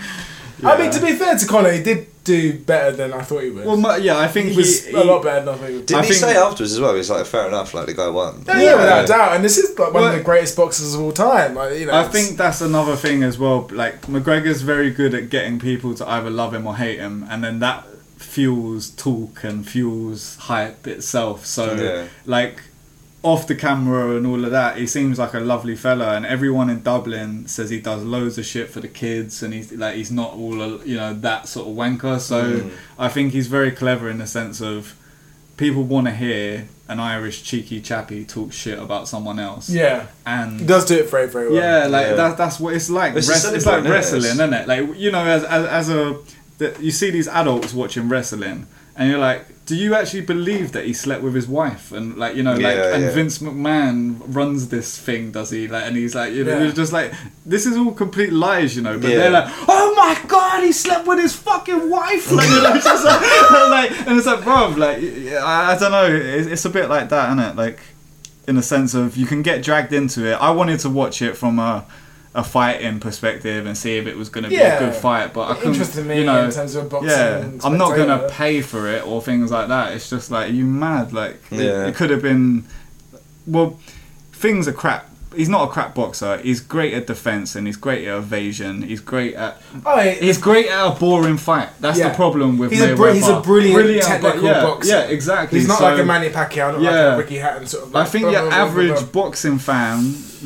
Speaker 1: yeah.
Speaker 2: I mean, to be fair to Connor, he did do better than I thought he would.
Speaker 4: Well, mu- yeah, I think
Speaker 2: he,
Speaker 4: he,
Speaker 2: was
Speaker 4: he-
Speaker 2: a lot better than I thought he would.
Speaker 1: Didn't
Speaker 4: I
Speaker 1: he
Speaker 4: think-
Speaker 1: say afterwards as well? He's like, fair enough. Like the guy won.
Speaker 2: yeah, yeah, without a doubt. And this is like one of
Speaker 4: Well-
Speaker 2: the greatest boxers of all time. Like, you know,
Speaker 4: I
Speaker 2: it's-
Speaker 4: think that's another thing as well. Like McGregor's very good at getting people to either love him or hate him, and then that fuels talk and fuels hype itself. So
Speaker 1: Yeah.
Speaker 4: like off the camera and all of that, he seems like a lovely fella, and everyone in Dublin says he does loads of shit for the kids, and he's like he's not all a, you know that sort of wanker. So I think he's very clever in the sense of people want to hear an Irish cheeky chappy talk shit about someone else.
Speaker 2: yeah,
Speaker 4: And
Speaker 2: he does do it very, very well.
Speaker 4: yeah, like
Speaker 1: Yeah.
Speaker 4: That, that's what it's like.
Speaker 1: It's
Speaker 4: It's,
Speaker 1: a
Speaker 4: it's like
Speaker 1: celebrate, innit?
Speaker 4: wrestling, isn't it? Like you know, as as, as a that you see these adults watching wrestling, and you're like, do you actually believe that he slept with his wife? And like you know, like
Speaker 1: Yeah,
Speaker 4: and
Speaker 1: yeah.
Speaker 4: Vince McMahon runs this thing, does he? Like, and he's like, you know,
Speaker 2: Yeah.
Speaker 4: you're just like, this is all complete lies, you know. But
Speaker 1: Yeah.
Speaker 4: they're like, oh my god, he slept with his fucking wife. Like, you know, it's just like, and, like- and it's like, bro, like I, I don't know, it's, it's a bit like that, isn't it? Like in the sense of you can get dragged into it. I wanted to watch it from a a fighting perspective and see if it was going to be
Speaker 2: Yeah.
Speaker 4: a good fight, but I
Speaker 2: It
Speaker 4: couldn't.
Speaker 2: interested me
Speaker 4: you know,
Speaker 2: in terms of boxing
Speaker 4: Yeah,
Speaker 2: and
Speaker 4: I'm not going to
Speaker 2: spectator.
Speaker 4: pay for it or things like that. It's just like you mad. Like it-
Speaker 1: Yeah.
Speaker 4: it could have been. Well, things are crap he's not a crap boxer. He's great at defense and he's great at evasion. He's great at
Speaker 2: Oh, yeah.
Speaker 4: he's great at a boring fight. That's
Speaker 2: Yeah.
Speaker 4: the problem with
Speaker 2: He's a
Speaker 4: Mayweather.
Speaker 2: br- he's a brilliant
Speaker 4: bo-
Speaker 2: technical
Speaker 4: yeah,
Speaker 2: boxer.
Speaker 4: Yeah, exactly.
Speaker 2: He's not
Speaker 4: So-
Speaker 2: like a Manny Pacquiao, not
Speaker 4: Yeah.
Speaker 2: like a Ricky Hatton sort of.
Speaker 4: I
Speaker 2: Like,
Speaker 4: think
Speaker 2: blah,
Speaker 4: your
Speaker 2: blah, blah, blah,
Speaker 4: average
Speaker 2: blah.
Speaker 4: boxing fan,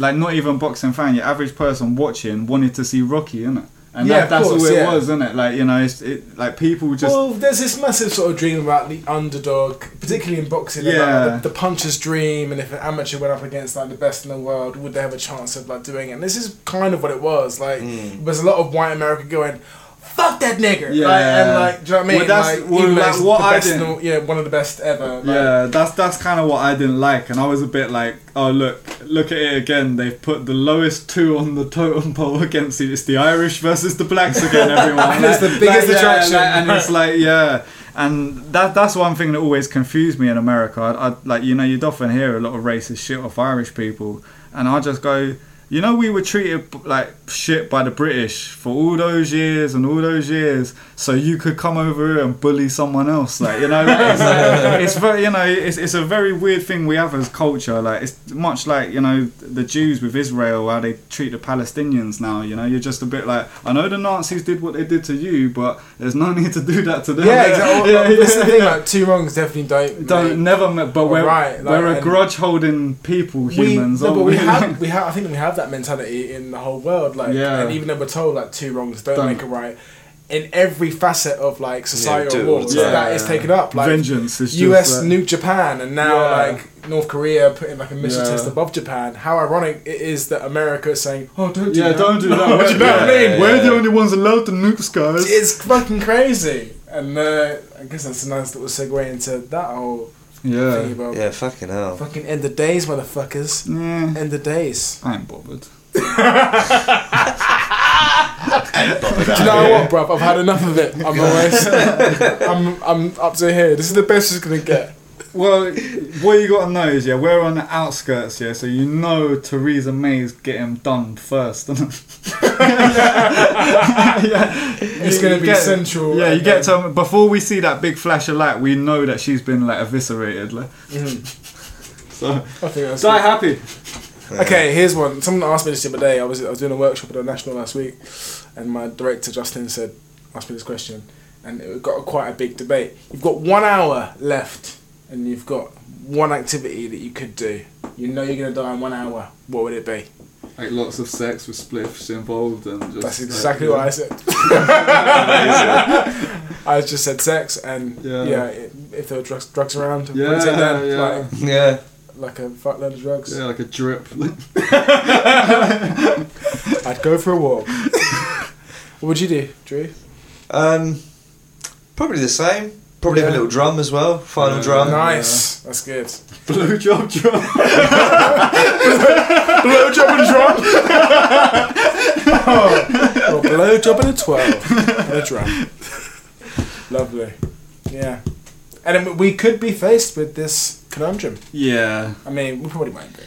Speaker 4: like not even boxing fan, your average person watching wanted to see Rocky, innit? And
Speaker 2: Yeah,
Speaker 4: that,
Speaker 2: of
Speaker 4: that's
Speaker 2: course,
Speaker 4: all it
Speaker 2: yeah.
Speaker 4: was, isn't it? Like you know, it's, it like people just
Speaker 2: well, there's this massive sort of dream about the underdog, particularly in boxing.
Speaker 4: Yeah.
Speaker 2: About the, the puncher's dream, and if an amateur went up against like the best in the world, would they have a chance of like doing it? And this is kind of what it was. Like,
Speaker 4: Mm.
Speaker 2: there's a lot of white America going, "Fuck that nigger,"
Speaker 4: Yeah.
Speaker 2: like, and like, do you know what I mean?
Speaker 4: Well, that's-
Speaker 2: like,
Speaker 4: well,
Speaker 2: even though
Speaker 4: like,
Speaker 2: it's
Speaker 4: what
Speaker 2: the
Speaker 4: I
Speaker 2: best in
Speaker 4: didn't-
Speaker 2: the- yeah, one of the best ever. Like,
Speaker 4: yeah, that's that's kind of what I didn't like, and I was a bit like, oh look, look at it again. They've put the lowest two on the totem pole against it. It's the Irish versus the blacks again, everyone.
Speaker 2: And it's the biggest
Speaker 4: yeah,
Speaker 2: attraction.
Speaker 4: like, and it's like yeah, and that that's one thing that always confused me in America. I, I like you know you'd often hear a lot of racist shit off Irish people, and I just go. You know, we were treated b- like shit by the British for all those years and all those years, so you could come over here and bully someone else. Like, you know, it's, like, it's very, you know, it's, it's a very weird thing we have as culture. Like, it's much like, you know, the Jews with Israel, how they treat the Palestinians now, you know, you're just a bit like, I know the Nazis did what they did to you, but there's no need to do that to them.
Speaker 2: Yeah, exactly.
Speaker 4: Yeah,
Speaker 2: Well, that's the
Speaker 4: yeah.
Speaker 2: thing. Like, two wrongs definitely don't
Speaker 4: Don't
Speaker 2: make-
Speaker 4: never, met, but we're
Speaker 2: Right, like,
Speaker 4: we're a
Speaker 2: and-
Speaker 4: grudge holding people, humans.
Speaker 2: We, no,
Speaker 4: aren't
Speaker 2: but we
Speaker 4: we?
Speaker 2: have, we have. I think we have that mentality in the whole world. Like,
Speaker 4: Yeah.
Speaker 2: and even though we're told like two wrongs don't,
Speaker 4: Don't.
Speaker 2: make a right, in every facet of like society
Speaker 1: do
Speaker 2: or
Speaker 1: it all
Speaker 2: war,
Speaker 1: the
Speaker 2: so
Speaker 4: time.
Speaker 2: that is taken up. Like
Speaker 4: Vengeance is just
Speaker 2: U.S.
Speaker 4: that-
Speaker 2: nuke Japan, and now
Speaker 4: Yeah.
Speaker 2: like North Korea putting like a missile
Speaker 4: Yeah.
Speaker 2: test above Japan. How ironic it is that America is saying, "Oh, don't do
Speaker 4: yeah,
Speaker 2: that."
Speaker 4: don't
Speaker 2: do you
Speaker 4: do that.
Speaker 2: know what I
Speaker 4: We're-
Speaker 2: mean?
Speaker 4: We're the only ones allowed to nuke skies.
Speaker 2: It's fucking crazy. And uh, I guess that's a nice little segue into that whole thing
Speaker 4: yeah.
Speaker 2: about
Speaker 1: Yeah, fucking hell.
Speaker 2: fucking end the days, motherfuckers.
Speaker 4: yeah.
Speaker 2: End the days.
Speaker 4: I ain't bothered.
Speaker 2: Do you know what, bruv? I've had enough of it. I'm always, I'm, I'm up to here. This is the best it's gonna get.
Speaker 4: Well, what you got to know is, yeah, we're on the outskirts, yeah, so you know Theresa May's getting done first. yeah.
Speaker 2: It's
Speaker 4: You-
Speaker 2: gonna
Speaker 4: you
Speaker 2: be central
Speaker 4: Yeah, you
Speaker 2: and
Speaker 4: get to before we see that big flash of light, we know that she's been like eviscerated. Like.
Speaker 2: Mm-hmm.
Speaker 4: so,
Speaker 2: I think that's
Speaker 4: die happy.
Speaker 2: Okay, here's one. Someone asked me this the other day. I was I was doing a workshop at the National last week, and my director Justin said, asked me this question, and it got quite a big debate. You've got one hour left, and you've got one activity that you could do. You know you're gonna die in one hour. What would it be?
Speaker 4: Like lots of sex with spliffs involved and just.
Speaker 2: That's exactly what I said. I just said sex, and
Speaker 4: Yeah.
Speaker 2: yeah, i- if there were drugs, drugs around, what
Speaker 4: Yeah,
Speaker 2: is it then?
Speaker 4: yeah.
Speaker 2: Like,
Speaker 1: Yeah.
Speaker 2: like a fuckload of drugs.
Speaker 4: Yeah, like a drip.
Speaker 2: I'd go for a walk. what would you do, Drew?
Speaker 1: Um, probably the same. Probably have
Speaker 2: Yeah.
Speaker 1: a little drum as well. Final
Speaker 4: Uh, Yeah.
Speaker 1: drum.
Speaker 2: Nice, that's good.
Speaker 4: Blue job drum.
Speaker 2: Blow job and drum. oh, blow job and a twelve and a drum. Lovely, yeah. And then we could be faced with this conundrum.
Speaker 4: Yeah.
Speaker 2: I mean, we probably won't be.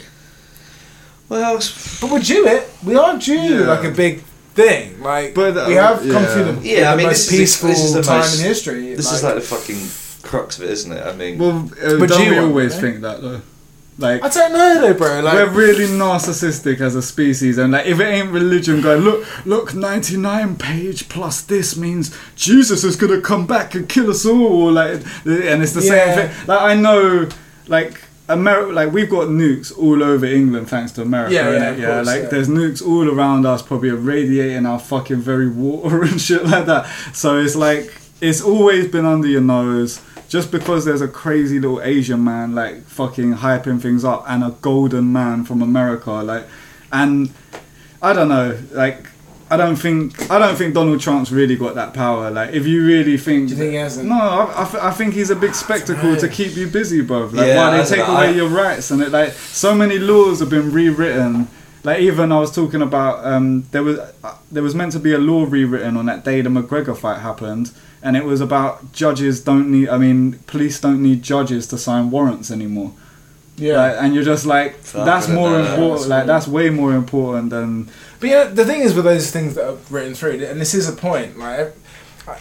Speaker 1: Well, it's-
Speaker 2: But we're due it. We are due
Speaker 4: Yeah.
Speaker 2: like a big thing. Like
Speaker 4: But, uh,
Speaker 2: we have come
Speaker 4: yeah.
Speaker 2: through the,
Speaker 1: Yeah, I
Speaker 2: the
Speaker 1: mean,
Speaker 2: most
Speaker 1: this is-
Speaker 2: peaceful
Speaker 1: this is the
Speaker 2: time
Speaker 1: most-
Speaker 2: in history.
Speaker 1: this is like the fucking crux of it, isn't it? I mean,
Speaker 4: Well, uh,
Speaker 2: But
Speaker 4: don't
Speaker 2: you
Speaker 4: we
Speaker 2: want-
Speaker 4: always think that though? Like
Speaker 2: I don't know though, bro. Like
Speaker 4: we're really narcissistic as a species, and like if it ain't religion, going look, look, ninety nine page plus this means Jesus is gonna come back and kill us all, or, like, and it's the
Speaker 2: Yeah.
Speaker 4: same thing. Like I know, like America, like we've got nukes all over England thanks to America.
Speaker 2: Yeah, yeah,
Speaker 4: innit?
Speaker 2: of course,
Speaker 4: like
Speaker 2: yeah.
Speaker 4: there's nukes all around us, probably irradiating our fucking very water and shit like that. So it's like it's always been under your nose. Just because there's a crazy little Asian man like fucking hyping things up and a golden man from America, like, and I don't know, like. I don't think I don't think Donald Trump's really got that power. Like, if you really think,
Speaker 2: Do you think he hasn't?
Speaker 4: No, I, I, th- I think he's a big spectacle to keep you busy, bruv. Like,
Speaker 1: Yeah,
Speaker 4: why
Speaker 1: I
Speaker 4: they
Speaker 1: don't
Speaker 4: take
Speaker 1: know.
Speaker 4: away
Speaker 1: I-
Speaker 4: your rights and it like so many laws have been rewritten. Like even I was talking about um, there was uh, there was meant to be a law rewritten on that day the McGregor fight happened, and it was about judges don't need. I mean, police don't need judges to sign warrants anymore.
Speaker 2: yeah.
Speaker 4: Like, and you're just like
Speaker 1: Fucking
Speaker 4: that's more
Speaker 1: hell.
Speaker 4: important. Like that's way more important than
Speaker 2: But yeah, the thing is with those things that are written through, and this is a point, like ev-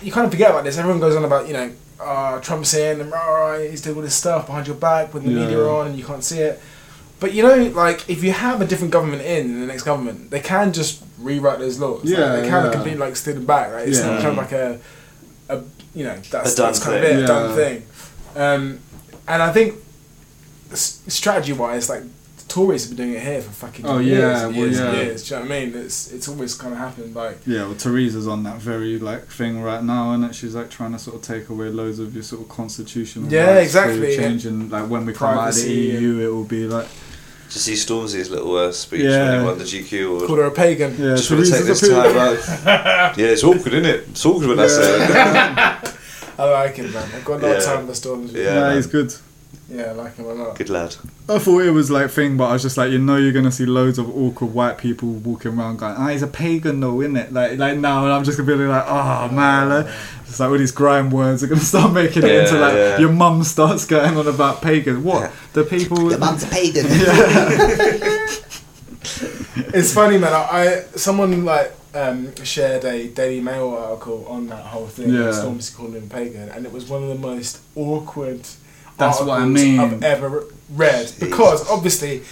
Speaker 2: you kind of forget about this. Everyone goes on about you know "Oh, uh, Trump's in and rah, rah, he's doing all this stuff behind your back with the
Speaker 4: Yeah.
Speaker 2: media on, and you can't see it. But you know, like if you have a different government in the next government, they can just rewrite those laws. Like,
Speaker 4: Yeah,
Speaker 2: they can
Speaker 4: yeah.
Speaker 2: completely like steal them back. Right? It's
Speaker 4: Yeah.
Speaker 2: not kind of like a, a you know that's,
Speaker 1: A done
Speaker 2: that's kind of
Speaker 1: thing.
Speaker 2: it, a
Speaker 4: Yeah.
Speaker 2: done thing. Um, and I think strategy wise, like Tories have been doing it here for fucking
Speaker 4: Oh,
Speaker 2: years,
Speaker 4: yeah,
Speaker 2: and
Speaker 4: well,
Speaker 2: years, and
Speaker 4: yeah.
Speaker 2: years. Do you know what I mean? It's it's always kind of happened. Like
Speaker 4: Yeah, well, Teresa's on that very like thing right now, and she's like trying to sort of take away loads of your sort of constitutional.
Speaker 2: Yeah,
Speaker 4: rights through
Speaker 2: exactly, yeah.
Speaker 4: Changing like when we come out of the
Speaker 2: Privacy and-
Speaker 4: EU, it will be like
Speaker 1: Did you see Stormzy's little uh, speech
Speaker 4: Yeah.
Speaker 1: when he won the GQ award?
Speaker 2: called her a pagan.
Speaker 4: yeah,
Speaker 1: Just want to take
Speaker 4: Teresa's
Speaker 1: this
Speaker 4: a pig.
Speaker 1: time out. yeah, it's awkward, isn't it? It's awkward when I say it.
Speaker 2: I like him, man. I've got a lot of
Speaker 1: Yeah.
Speaker 2: time for storms.
Speaker 1: Yeah.
Speaker 4: Yeah, he's good.
Speaker 2: yeah, I like him a lot.
Speaker 1: Good lad.
Speaker 4: I thought it was like thing, but I was just like, you know, you're gonna see loads of awkward white people walking around going, "Ah, he's a pagan, though, isn't it?" Like, like now, and I'm just gonna be like, "Oh man," like, it's like all these grime words are gonna start making it
Speaker 1: Yeah,
Speaker 4: into like
Speaker 1: yeah.
Speaker 4: your mum starts going on about pagan. What the people?
Speaker 1: mum's a pagan.
Speaker 2: It's funny, man. I, I someone like um, shared a Daily Mail article on that whole thing.
Speaker 4: Yeah.
Speaker 2: Yeah. Storms calling him pagan, and it was one of the most awkward.
Speaker 4: That's what I
Speaker 2: articles
Speaker 4: mean.
Speaker 2: I've ever read because obviously.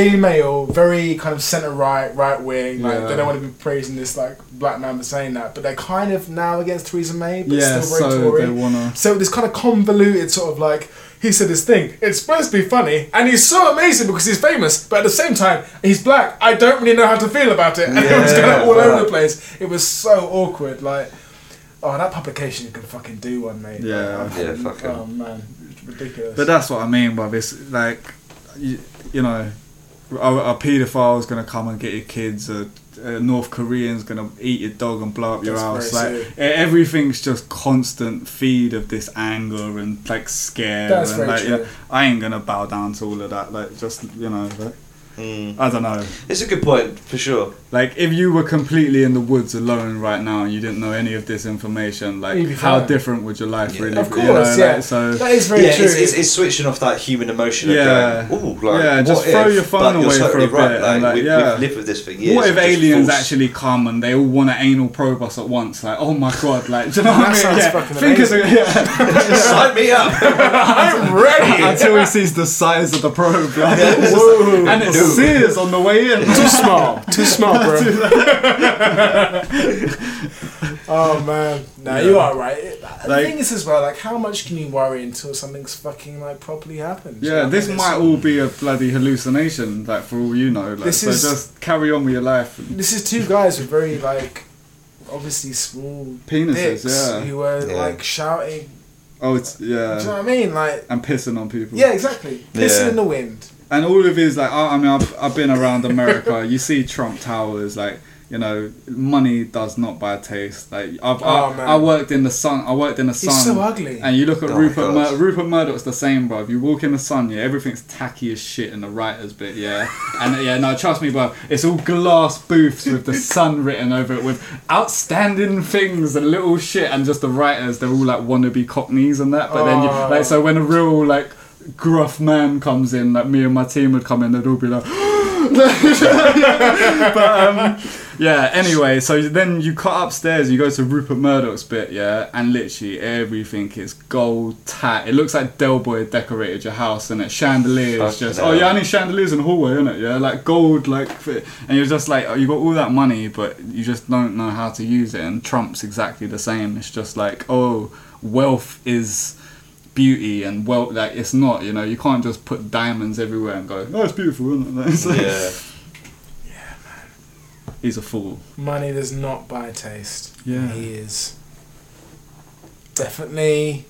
Speaker 2: Daily Mail, very kind of centre right, right wing. Like
Speaker 4: Yeah.
Speaker 2: they don't want to be praising this like black man for saying that, but they're kind of now against Theresa May, but
Speaker 4: Yeah,
Speaker 2: still very
Speaker 4: so
Speaker 2: Tory.
Speaker 4: they wanna-
Speaker 2: So this kind of convoluted sort of like he said this thing. It's supposed to be funny, and he's so amazing because he's famous, but at the same time he's black. I don't really know how to feel about it. And it was kind
Speaker 1: Yeah,
Speaker 2: of all over
Speaker 1: right.
Speaker 2: the place. It was so awkward. Like, oh, that publication can fucking do one, mate.
Speaker 4: Yeah.
Speaker 2: Like,
Speaker 1: Yeah, fuck 'em.
Speaker 2: Oh man, it's ridiculous.
Speaker 4: But that's what I mean by this. Like, you, you know, a, a paedophile's gonna come and get your kids. A, a North Korean's gonna eat your dog and blow up your
Speaker 2: Conspiracy.
Speaker 4: house. Like e- everything's just constant feed of this anger and like scare.
Speaker 2: That's
Speaker 4: and,
Speaker 2: very
Speaker 4: like,
Speaker 2: true.
Speaker 4: yeah, I ain't gonna bow down to all of that. Like just you know, like, I don't know.
Speaker 1: It's a good point, for sure.
Speaker 4: Like if you were completely in the woods alone right now and you didn't know any of this information, like
Speaker 2: You'd be
Speaker 4: how
Speaker 2: fine.
Speaker 4: different would your life really?
Speaker 2: of
Speaker 4: be,
Speaker 2: course,
Speaker 4: you know,
Speaker 2: yeah.
Speaker 4: like, so
Speaker 2: that is very
Speaker 1: Yeah,
Speaker 2: true.
Speaker 1: it's, it's, it's switching off that human emotion.
Speaker 4: Yeah.
Speaker 1: Yeah. Of going, Ooh, like,
Speaker 4: Yeah, just
Speaker 1: what
Speaker 4: throw
Speaker 1: if?
Speaker 4: your phone
Speaker 1: But
Speaker 4: away
Speaker 1: you're
Speaker 4: for a
Speaker 1: totally
Speaker 4: bit
Speaker 1: right.
Speaker 4: and,
Speaker 1: Like,
Speaker 4: like,
Speaker 1: we,
Speaker 4: yeah.
Speaker 1: We've lived with this for years.
Speaker 4: what if
Speaker 1: Just
Speaker 4: aliens
Speaker 1: force-
Speaker 4: actually come and they all want to anal probe us at once? Like, oh my god, like, do you know what
Speaker 2: That
Speaker 4: I mean?
Speaker 2: sounds
Speaker 4: Yeah.
Speaker 2: fucking
Speaker 4: Think of it, yeah.
Speaker 1: Sign me up.
Speaker 2: I'm ready.
Speaker 4: until he sees the size of the probe, like, it's just- and it sears on the way in.
Speaker 2: Too small. Too small, bro. oh man, no, you are right. It-
Speaker 4: Like-
Speaker 2: the thing is, as well, like, how much can you worry until something's fucking like properly happened?
Speaker 4: Yeah, this
Speaker 2: It's-
Speaker 4: might all be a bloody hallucination, like for all you know. Like,
Speaker 2: This
Speaker 4: so
Speaker 2: is-
Speaker 4: just carry on with your life.
Speaker 2: This is two guys with very like, obviously small
Speaker 4: Penises,
Speaker 2: dicks
Speaker 4: yeah.
Speaker 2: who were
Speaker 1: Yeah.
Speaker 2: like shouting.
Speaker 4: Oh, it's
Speaker 2: Do you know
Speaker 4: yeah,
Speaker 2: what I mean? Like,
Speaker 4: and pissing on people.
Speaker 2: yeah, exactly. Pissing
Speaker 1: Yeah.
Speaker 2: in the wind.
Speaker 4: and all of his like, I I mean, I've, I've been around America. you see Trump Towers, like you know, money does not buy taste. Like I've,
Speaker 2: Oh, man.
Speaker 4: I, I worked in the sun. I worked in the sun.
Speaker 2: He's so ugly.
Speaker 4: And you look at
Speaker 1: Oh, my God.
Speaker 4: Rupert Mur- Rupert Murdoch's the same, bro. If you walk in the sun, yeah, everything's tacky as shit in the writers' bit, yeah. And yeah, no, trust me, bro. It's all glass booths with the sun written over it, with outstanding things and little shit, and just the writers. They're all like wannabe cockneys and that. But then, you, like, so when a real like gruff man comes in, like me and my team would come in, they'd all be like. Yeah, anyway, so then you cut upstairs, you go to Rupert Murdoch's bit, yeah, and literally everything is gold tat. It looks like Del Boy decorated your house, and it chandeliers
Speaker 1: Fuck
Speaker 4: just.
Speaker 1: no.
Speaker 4: Oh, yeah, I need chandeliers in the hallway, innit? Yeah, like gold, like. fi- And you're just like, oh, you got all that money, but you just don't know how to use it, and Trump's exactly the same. It's just like, oh, wealth is beauty and wealth like it's not you know you can't just put diamonds everywhere and go oh it's beautiful isn't it? It's like-
Speaker 1: yeah.
Speaker 4: he's a fool
Speaker 2: Money does not buy taste.
Speaker 4: Yeah.
Speaker 2: He is definitely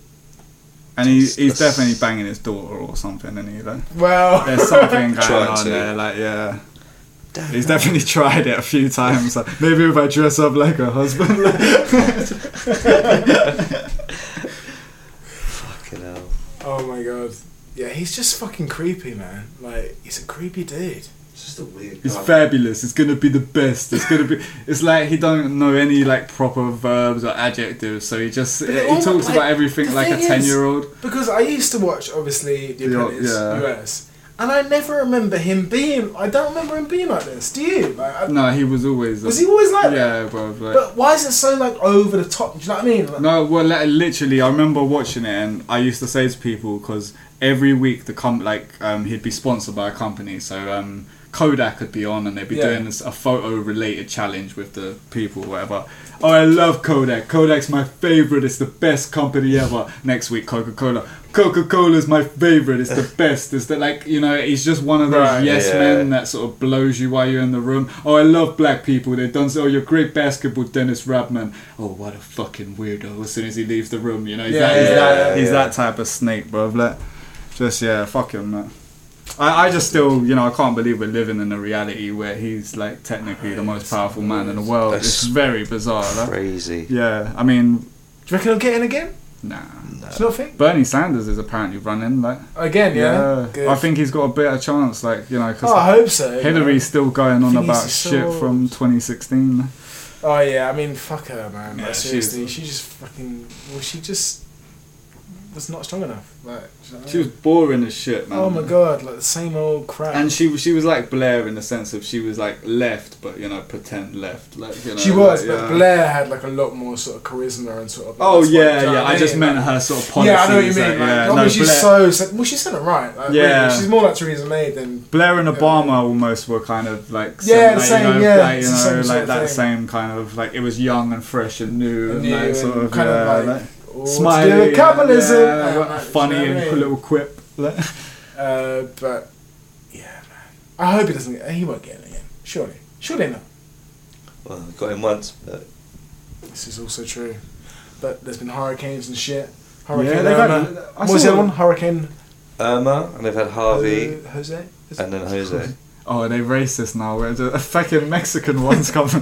Speaker 4: And he,
Speaker 1: Just
Speaker 4: he's
Speaker 1: the s-
Speaker 4: definitely banging his daughter or something, and he like,
Speaker 2: well.
Speaker 4: there's something going
Speaker 1: Trying
Speaker 4: on
Speaker 1: to.
Speaker 4: there, like yeah. He's definitely tried it a few times. Like, maybe if I dress up like a husband,
Speaker 1: Fucking hell.
Speaker 2: Oh my god. Yeah, he's just fucking creepy, man. Like he's a creepy dude.
Speaker 1: It's just a weird.
Speaker 4: he's
Speaker 1: guy.
Speaker 4: fabulous. It's gonna be the best. It's gonna be. It's like he don't know any like proper verbs or adjectives, so he just
Speaker 2: it
Speaker 4: he
Speaker 2: all-
Speaker 4: talks
Speaker 2: like,
Speaker 4: about everything
Speaker 2: the
Speaker 4: like a
Speaker 2: thing is-
Speaker 4: ten year old.
Speaker 2: Because I used to watch obviously The
Speaker 4: The old-
Speaker 2: Apprentice
Speaker 4: yeah.
Speaker 2: US, And I never remember him being. I don't remember him being like this. Do you? Like, I-
Speaker 4: No, he was always.
Speaker 2: Was he always like that?
Speaker 4: Yeah, bro. Like,
Speaker 2: But why is it so like over the top? Do you know what I mean? Like,
Speaker 4: No, well, li- literally, I remember watching it, and I used to say to people because every week the com like um, he'd be sponsored by a company, so um, Kodak would be on, and they'd be
Speaker 2: Yeah.
Speaker 4: doing this, a photo related challenge with the people, whatever. Oh, I love Kodak. Kodak's my favorite. It's the best company ever. Next week, Coca Cola. Coca Cola's my favorite. It's the best. It's the like you know, he's just one of those
Speaker 2: Right.
Speaker 4: yes
Speaker 1: Yeah.
Speaker 4: men that sort of blows you while you're in the room. Oh, I love black people. They've done so. Oh, you're a great basketball, Dennis Rodman. Oh, what a fucking weirdo! As soon as he leaves the room, you know, he's,
Speaker 2: Yeah,
Speaker 4: that, he's,
Speaker 2: yeah,
Speaker 4: that,
Speaker 1: yeah,
Speaker 4: he's
Speaker 1: yeah.
Speaker 4: that type of snake, bro. Like, just yeah, fuck him, man. I, I just still, you know, I can't believe we're living in a reality where he's like technically the most powerful man in the world. It's
Speaker 1: That's
Speaker 4: very bizarre. Like.
Speaker 1: Crazy.
Speaker 4: Yeah, I mean,
Speaker 2: do you reckon he'll get in again?
Speaker 4: nah.
Speaker 2: Do you not think?
Speaker 4: Bernie Sanders is apparently running. Like,
Speaker 2: Again, yeah. Good.
Speaker 4: I think he's got a better chance. Like, you know, because
Speaker 2: Oh, I hope so.
Speaker 4: Hillary's still going on
Speaker 2: Thing is,
Speaker 4: about
Speaker 2: it's
Speaker 4: shit
Speaker 2: so-
Speaker 4: from 2016.
Speaker 2: Oh yeah, I mean, fuck her, man.
Speaker 4: Yeah,
Speaker 2: like,
Speaker 4: she's-
Speaker 2: seriously, she just fucking. Well, she just was not strong enough. Like, do you know what I
Speaker 4: She was
Speaker 2: mean?
Speaker 4: boring as shit, man.
Speaker 2: Oh my god, like the same old crap.
Speaker 4: And she she was like Blair in the sense of she was like left, but you know, pretend left. Like you know,
Speaker 2: she was,
Speaker 4: like,
Speaker 2: but
Speaker 4: yeah.
Speaker 2: Blair had like a lot more sort of charisma and sort of.
Speaker 4: Oh
Speaker 2: that's what- do
Speaker 4: yeah,
Speaker 2: you know
Speaker 4: yeah.
Speaker 2: what
Speaker 4: I just
Speaker 2: mean?
Speaker 4: meant
Speaker 2: Like,
Speaker 4: her sort of policies.
Speaker 2: yeah, I know what you mean.
Speaker 4: like,
Speaker 2: Like,
Speaker 4: yeah,
Speaker 2: I mean,
Speaker 4: no,
Speaker 2: she's
Speaker 4: Blair,
Speaker 2: so said. Well, she said it right. Like,
Speaker 4: Yeah.
Speaker 2: really, she's more like Theresa May than.
Speaker 4: Blair and
Speaker 2: Yeah.
Speaker 4: Obama almost were kind of like
Speaker 2: Yeah, the
Speaker 4: similar,
Speaker 2: same,
Speaker 4: you
Speaker 2: yeah,
Speaker 4: know, like, you
Speaker 2: it's the
Speaker 4: know,
Speaker 2: same sort
Speaker 4: like
Speaker 2: of
Speaker 4: that
Speaker 2: thing.
Speaker 4: same kind of like it was young and fresh and new and,
Speaker 2: new
Speaker 4: like, sort
Speaker 2: and
Speaker 4: of
Speaker 2: kind
Speaker 4: yeah,
Speaker 2: of like, all to do
Speaker 4: smiley,
Speaker 2: with capitalism.
Speaker 4: yeah,
Speaker 2: and,
Speaker 4: what-
Speaker 2: like, do you
Speaker 4: funny
Speaker 2: know what I
Speaker 4: and
Speaker 2: mean?
Speaker 4: a little quip. like-
Speaker 2: Uh, but yeah, man. I hope he doesn't. Get, he won't get it again. Surely, surely not.
Speaker 1: Well, I got him once, but
Speaker 2: This is also true. But there's been hurricanes and shit. Hurricane
Speaker 4: they've had-
Speaker 2: Irma.
Speaker 4: I
Speaker 2: What was
Speaker 4: saw-
Speaker 2: the other one? Hurricane
Speaker 1: Irma, and they've had Harvey,
Speaker 2: uh, Jose. Is it?
Speaker 1: and then Jose.
Speaker 4: Oh, are they racist now? Where the a fucking Mexican one's coming.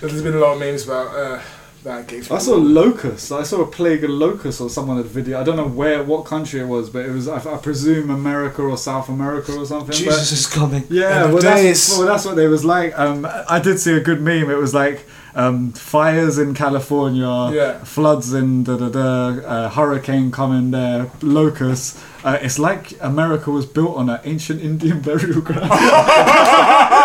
Speaker 2: There's been a lot of memes about uh, that gig.
Speaker 4: I saw locusts. I saw a plague of locusts or someone had video. I don't know where, what country it was, but it was, I, I presume, America or South America or something. but-
Speaker 1: Jesus is coming.
Speaker 4: yeah,
Speaker 2: And
Speaker 4: well
Speaker 2: days.
Speaker 4: that's, well, that's what they was like. Um, I did see a good meme. It was like um, fires in California,
Speaker 2: Yeah.
Speaker 4: floods in da da da, uh, hurricane coming there, locusts. Uh, it's like America was built on an ancient Indian burial ground.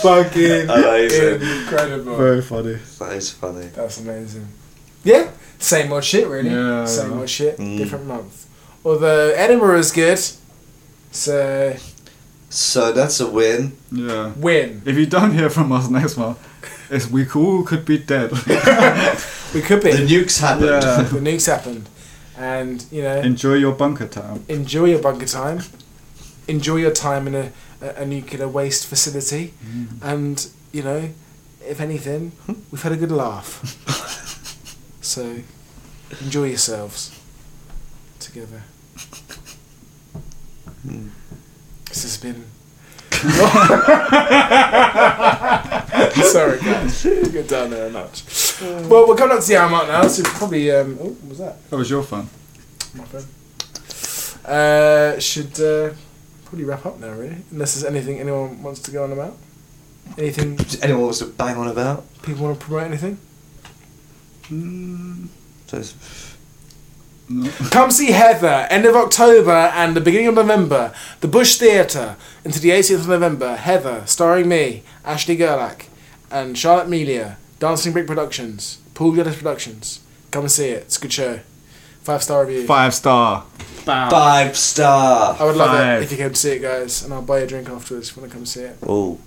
Speaker 2: fucking
Speaker 1: Amazing.
Speaker 2: incredible.
Speaker 4: Very funny.
Speaker 1: That is funny.
Speaker 2: That's amazing. Yeah, same old shit, really.
Speaker 4: Yeah.
Speaker 2: Same old shit,
Speaker 1: Mm.
Speaker 2: different month. Although Edinburgh is good, so
Speaker 1: So that's a win.
Speaker 4: Yeah.
Speaker 2: win.
Speaker 4: If you don't hear from us next month, it's we all could be dead.
Speaker 2: We could be.
Speaker 1: The nukes happened.
Speaker 4: Yeah.
Speaker 2: Uh, the nukes happened, and you know,
Speaker 4: Enjoy your bunker time.
Speaker 2: enjoy your bunker time, enjoy your time in a, a, a nuclear waste facility, and you know, if anything, we've had a good laugh. so, enjoy yourselves together. Hmm. This has been. Sorry, guys. Get down there a notch. Well, we're coming up to the hour mark now, so probably. Um, oh, what was that?
Speaker 4: That was your fun.
Speaker 2: my friend. Uh, should uh, probably wrap up now, really. Unless there's anything anyone wants to go on about. Anything
Speaker 1: Does anyone wants to bang on about?
Speaker 2: people want to promote? Anything?
Speaker 1: So it's-
Speaker 2: Come see Heather, end of October and the beginning of November, the Bush Theatre, until the 18th of November. Heather, starring me, Ashley Gerlach, and Charlotte Melia, Dancing Brick Productions, Paul Geddes Productions. Come and see it. It's a good show. Five star review.
Speaker 4: Five star.
Speaker 1: Five star.
Speaker 2: I would love
Speaker 4: Five.
Speaker 2: it if you came to see it, guys, and I'll buy you a drink afterwards when I come see it.
Speaker 1: Oh.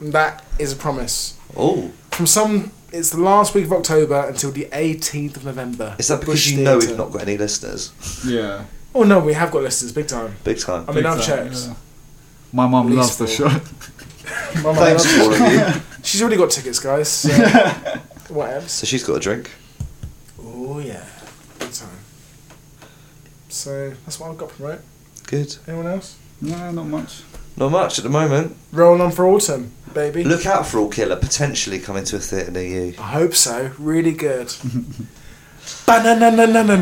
Speaker 2: And that is a promise.
Speaker 1: Oh.
Speaker 2: from some it's the last week of October until the 18th of November.
Speaker 1: Is that because
Speaker 2: Bush
Speaker 1: you know
Speaker 2: Theatre.
Speaker 1: we've not got any listeners?
Speaker 4: Yeah.
Speaker 2: Oh no, we have got listeners big time.
Speaker 1: Big time.
Speaker 2: I mean, I've
Speaker 4: Big time,
Speaker 2: checked.
Speaker 4: yeah. My mum
Speaker 2: At least
Speaker 4: loves the show.
Speaker 2: four. My mum
Speaker 1: Thanks
Speaker 2: loves
Speaker 1: to all
Speaker 2: it.
Speaker 1: of you.
Speaker 2: She's already got tickets, guys. So whatevs.
Speaker 1: So she's got a drink.
Speaker 2: Oh yeah, big time. So that's what I've got, right?
Speaker 1: Good.
Speaker 2: Anyone else?
Speaker 4: no, not much.
Speaker 1: Not much at the moment.
Speaker 2: Rolling on for autumn, baby.
Speaker 1: Look out for All Killer potentially coming to a theatre near you.
Speaker 2: I hope so. Really good.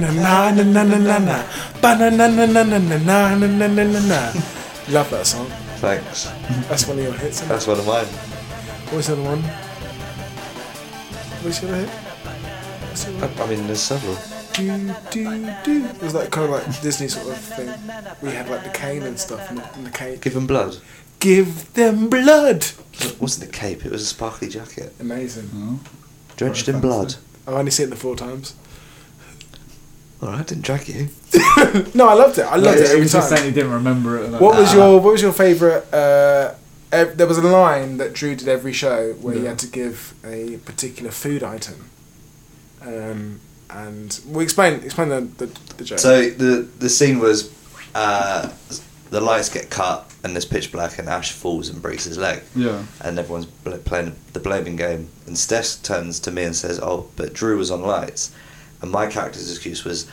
Speaker 2: Ba-na-na-na-na-na-na-na-na-na-na-na. Ba-na-na-na-na-na-na-na-na-na-na-na. Love that song.
Speaker 1: Thanks.
Speaker 2: That's one of your hits. Isn't it?
Speaker 1: That's one of mine.
Speaker 2: What's the other one? What's the other hit? What's the other
Speaker 1: I, I mean, there's several.
Speaker 2: do do do. It was like kind of like Disney sort of thing. We had like the cane and stuff, and the, and the cane.
Speaker 1: Give him blood.
Speaker 2: Give them blood.
Speaker 1: It wasn't the cape, it was a sparkly jacket.
Speaker 2: Amazing.
Speaker 1: Drenched
Speaker 4: Very
Speaker 1: in blood.
Speaker 4: fancy.
Speaker 2: I've only seen it four times.
Speaker 1: Alright, I didn't drag you.
Speaker 2: No, I loved it. I loved it
Speaker 4: He
Speaker 2: every
Speaker 4: was just
Speaker 2: time.
Speaker 4: saying he didn't remember it. Like
Speaker 2: What
Speaker 4: that.
Speaker 2: was your What was your favourite? Uh, ev- there was a line that Drew did every show where you
Speaker 4: Yeah.
Speaker 2: had to give a particular food item, um, and we explain explain the the, the joke.
Speaker 1: So the the scene was uh, the lights get cut and there's pitch black and Ash falls and breaks his leg.
Speaker 4: Yeah.
Speaker 1: And everyone's bl- playing the blaming game. And Steph turns to me and says, "Oh, but Drew was on lights." And my character's excuse was,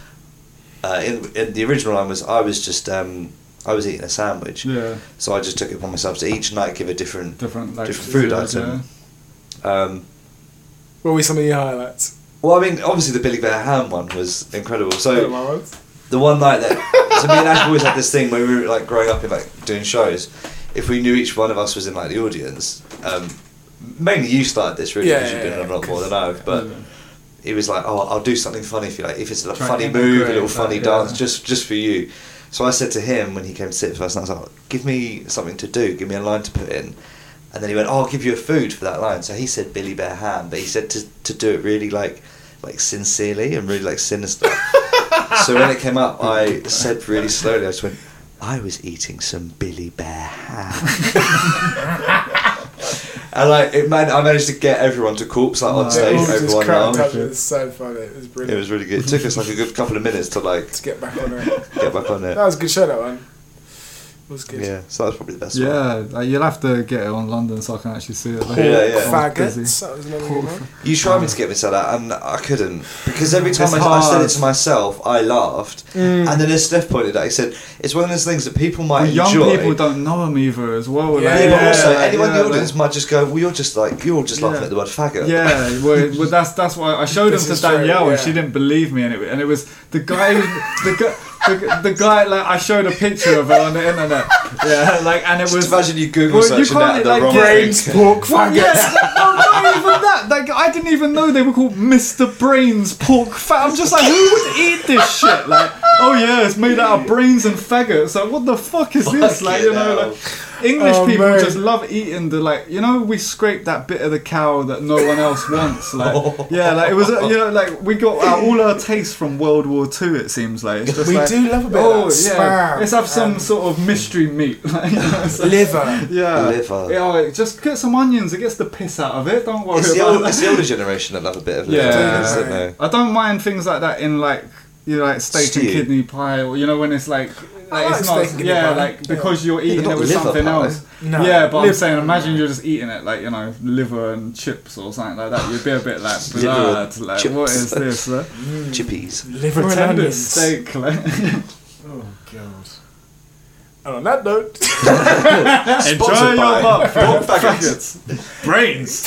Speaker 1: uh, in, in the original line was, "I was just um, I was eating a sandwich."
Speaker 4: Yeah.
Speaker 1: So I just took it upon myself to each night give a different
Speaker 4: Different, like,
Speaker 1: different food
Speaker 4: yeah,
Speaker 1: item. Um,
Speaker 2: what were some of your highlights?
Speaker 1: well, I mean, obviously the Billy Bear Ham one was incredible. So. uh,
Speaker 2: What were ones?
Speaker 1: the one night that so me and Ash always had this thing when we were like growing up and like doing shows, if we knew each one of us was in like the audience, um, mainly you started this really
Speaker 2: Yeah,
Speaker 1: because
Speaker 2: yeah,
Speaker 1: you've been on
Speaker 2: yeah, Mm.
Speaker 1: a lot more than I've, but.
Speaker 4: Yeah.
Speaker 1: He was like, "Oh, I'll do something funny for you. Like, if it's a
Speaker 4: Try
Speaker 1: funny
Speaker 4: and
Speaker 1: move, a
Speaker 4: integrate
Speaker 1: little
Speaker 4: that,
Speaker 1: funny
Speaker 4: yeah.
Speaker 1: dance, just just for you." So I said to him when he came to sit with us, and I was like, "Give me something to do. Give me a line to put in." And then he went, "Oh, I'll give you a food for that line." So he said Billy Bear Ham, but he said to, to do it really like like sincerely and really like sinister. so when it came up, I said really slowly, I just went, "I was eating some Billy Bear Ham." And like it, man, I managed to get everyone to corpse like on
Speaker 4: Nice.
Speaker 1: stage.
Speaker 2: It was just
Speaker 1: Everyone
Speaker 2: cracked
Speaker 1: laughed.
Speaker 2: up. It was so funny. It was
Speaker 1: It
Speaker 2: brilliant
Speaker 1: was really good. It took us like a good couple of minutes to like
Speaker 2: to get back on it.
Speaker 1: get back on it.
Speaker 2: That was a good show. That one it was good.
Speaker 1: Yeah, so that was probably the best one.
Speaker 4: Yeah, like, you'll have to get it on London so I can actually see it.
Speaker 1: Yeah, yeah.
Speaker 4: I was busy.
Speaker 2: Faggots. That was another good one.
Speaker 1: You tried me to get me to say that, and I couldn't because every time
Speaker 4: It's
Speaker 1: I, I said
Speaker 4: hard. Mm.
Speaker 1: it to myself, I laughed. And then as Steph pointed out, he said it's one of those things that people might
Speaker 4: Well, young
Speaker 1: enjoy.
Speaker 4: people don't know him either as well. like,
Speaker 2: Yeah,
Speaker 1: yeah, but also
Speaker 4: yeah,
Speaker 1: anyone in
Speaker 4: yeah,
Speaker 1: the audience
Speaker 4: like-
Speaker 1: might just go, "Well, you're just like you're just laughing
Speaker 4: Yeah.
Speaker 1: at the word faggot."
Speaker 4: Yeah, well, well, that's that's why I showed him
Speaker 2: This
Speaker 4: to
Speaker 2: is true,
Speaker 4: Danielle
Speaker 2: yeah.
Speaker 4: and she didn't believe me, and it and it was the guy, the guy. The, the guy like I showed a picture of her on the internet, yeah, like and it
Speaker 1: Just
Speaker 4: was.
Speaker 1: imagine you Google
Speaker 4: Well, you
Speaker 1: searching that
Speaker 4: can't,
Speaker 1: and the
Speaker 4: like,
Speaker 1: wrong
Speaker 4: get-
Speaker 1: thing.
Speaker 2: Brains, pork,
Speaker 4: Well,
Speaker 2: faggots.
Speaker 4: yeah, no, not even that. Like I didn't even know they were called Mr. Brains Pork Fat. I'm just like, who would eat this shit? Like, oh yeah, it's made out of brains and faggots. Like, what the fuck is this?
Speaker 1: Fucking
Speaker 4: Like, you know,
Speaker 1: hell.
Speaker 4: like, English
Speaker 2: Oh,
Speaker 4: people
Speaker 2: mate.
Speaker 4: just love eating the like, you know, we scrape that bit of the cow that no one else wants.
Speaker 2: Oh.
Speaker 4: Like, yeah, like it was, uh, you know, like we got our, all our taste from World War Two. It seems like it's just
Speaker 2: We
Speaker 4: like,
Speaker 2: do love a bit of
Speaker 4: Oh
Speaker 2: that. Um,
Speaker 4: yeah,
Speaker 2: Spam
Speaker 4: let's have some sort of mystery meat. Like, you know, so-
Speaker 2: Liver.
Speaker 4: yeah.
Speaker 1: Liver.
Speaker 4: Yeah, like, just get some onions. It gets the piss out of it. Don't worry
Speaker 1: It's the,
Speaker 4: about
Speaker 1: old,
Speaker 4: that.
Speaker 1: it's the older generation that love a bit of
Speaker 4: Yeah.
Speaker 1: liver, isn't
Speaker 2: Yeah.
Speaker 1: it?
Speaker 4: I don't mind things like that in like you know, like steak
Speaker 1: Stew.
Speaker 4: and kidney pie, or you know when it's like.
Speaker 2: I
Speaker 4: Like
Speaker 2: like
Speaker 4: it's
Speaker 2: steak
Speaker 4: not,
Speaker 2: and kidney
Speaker 4: yeah,
Speaker 2: pie.
Speaker 4: like because you're eating
Speaker 1: not
Speaker 4: it with
Speaker 1: liver
Speaker 4: something
Speaker 1: pie.
Speaker 4: else.
Speaker 2: No.
Speaker 4: Yeah, but I'm
Speaker 2: Liver-
Speaker 4: saying, imagine you're just eating it like you know, liver and chips or something like that. You'd be a bit like
Speaker 1: Liver and
Speaker 4: blood. Like what
Speaker 1: chips.
Speaker 4: is this? Like,
Speaker 1: Chippies.
Speaker 2: Liver and
Speaker 4: horrendous
Speaker 2: onions.
Speaker 4: steak. Like,
Speaker 2: Oh god. And on that note,
Speaker 4: enjoy your butt.
Speaker 1: Pork faggots.
Speaker 4: Brains.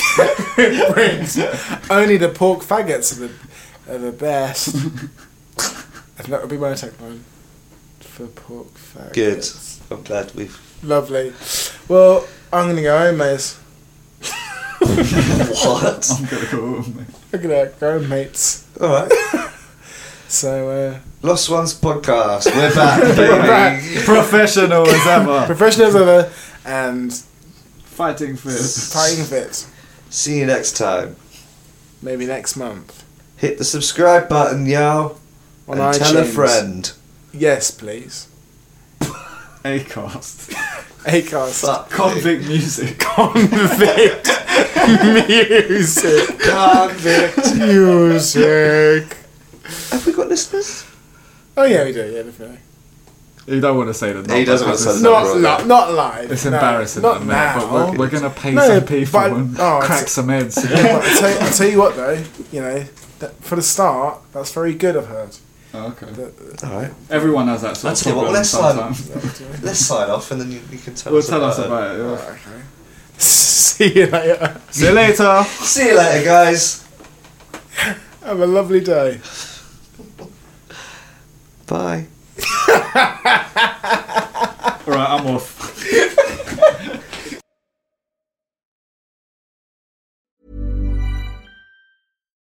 Speaker 2: only the pork faggots are the, are the best. and that would be my tagline for pork faggots.
Speaker 1: Good. I'm glad we've.
Speaker 2: Lovely. Well, I'm gonna go home, mates.
Speaker 1: What?
Speaker 4: I'm gonna go home, mate.
Speaker 2: Look at that, go home, mates.
Speaker 1: All right.
Speaker 2: So, uh,
Speaker 1: Lost Ones podcast. We're back, baby.
Speaker 2: back.
Speaker 4: Professional as ever.
Speaker 2: professionals over and
Speaker 4: Fighting fit.
Speaker 2: fighting fit.
Speaker 1: See you next time.
Speaker 2: Maybe next month
Speaker 1: Hit the subscribe button, y'all,
Speaker 2: on
Speaker 1: and
Speaker 2: iTunes.
Speaker 1: tell a friend.
Speaker 2: Yes, please.
Speaker 4: Acast.
Speaker 2: Acast.
Speaker 1: Fuck
Speaker 4: Convict music.
Speaker 2: Convict music.
Speaker 1: Convict.
Speaker 2: Music.
Speaker 1: Have we got listeners?
Speaker 2: Oh yeah, we do. Yeah, definitely.
Speaker 4: You don't want to say that.
Speaker 1: He doesn't want to say the
Speaker 2: Not
Speaker 1: number,
Speaker 2: li-
Speaker 1: right?
Speaker 2: not live.
Speaker 4: It's
Speaker 2: no.
Speaker 4: embarrassing
Speaker 2: Not
Speaker 4: at the minute,
Speaker 2: now.
Speaker 4: but we're, we're gonna pay
Speaker 2: No,
Speaker 4: some people
Speaker 2: but-
Speaker 4: and
Speaker 2: oh,
Speaker 4: crack
Speaker 2: it's-
Speaker 4: some heads.
Speaker 2: Yeah, but I'll, tell you, I'll tell you what though. You know, that for the start, that's very good. I've heard.
Speaker 4: Oh, okay.
Speaker 1: All right.
Speaker 4: Everyone has that sort
Speaker 1: I'll
Speaker 4: of
Speaker 1: tell you what,
Speaker 4: problem
Speaker 1: let's
Speaker 4: sometimes.
Speaker 1: Let's sign off, and then you, you can tell
Speaker 4: Well,
Speaker 1: us
Speaker 4: tell
Speaker 1: about
Speaker 4: us about it.
Speaker 2: Okay.
Speaker 4: yeah.
Speaker 2: See you later.
Speaker 4: See you later.
Speaker 1: it. See you later, guys.
Speaker 2: Have a lovely day.
Speaker 1: Bye.
Speaker 4: All right, I'm off.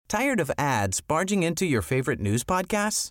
Speaker 5: Tired of ads barging into your favorite news podcasts?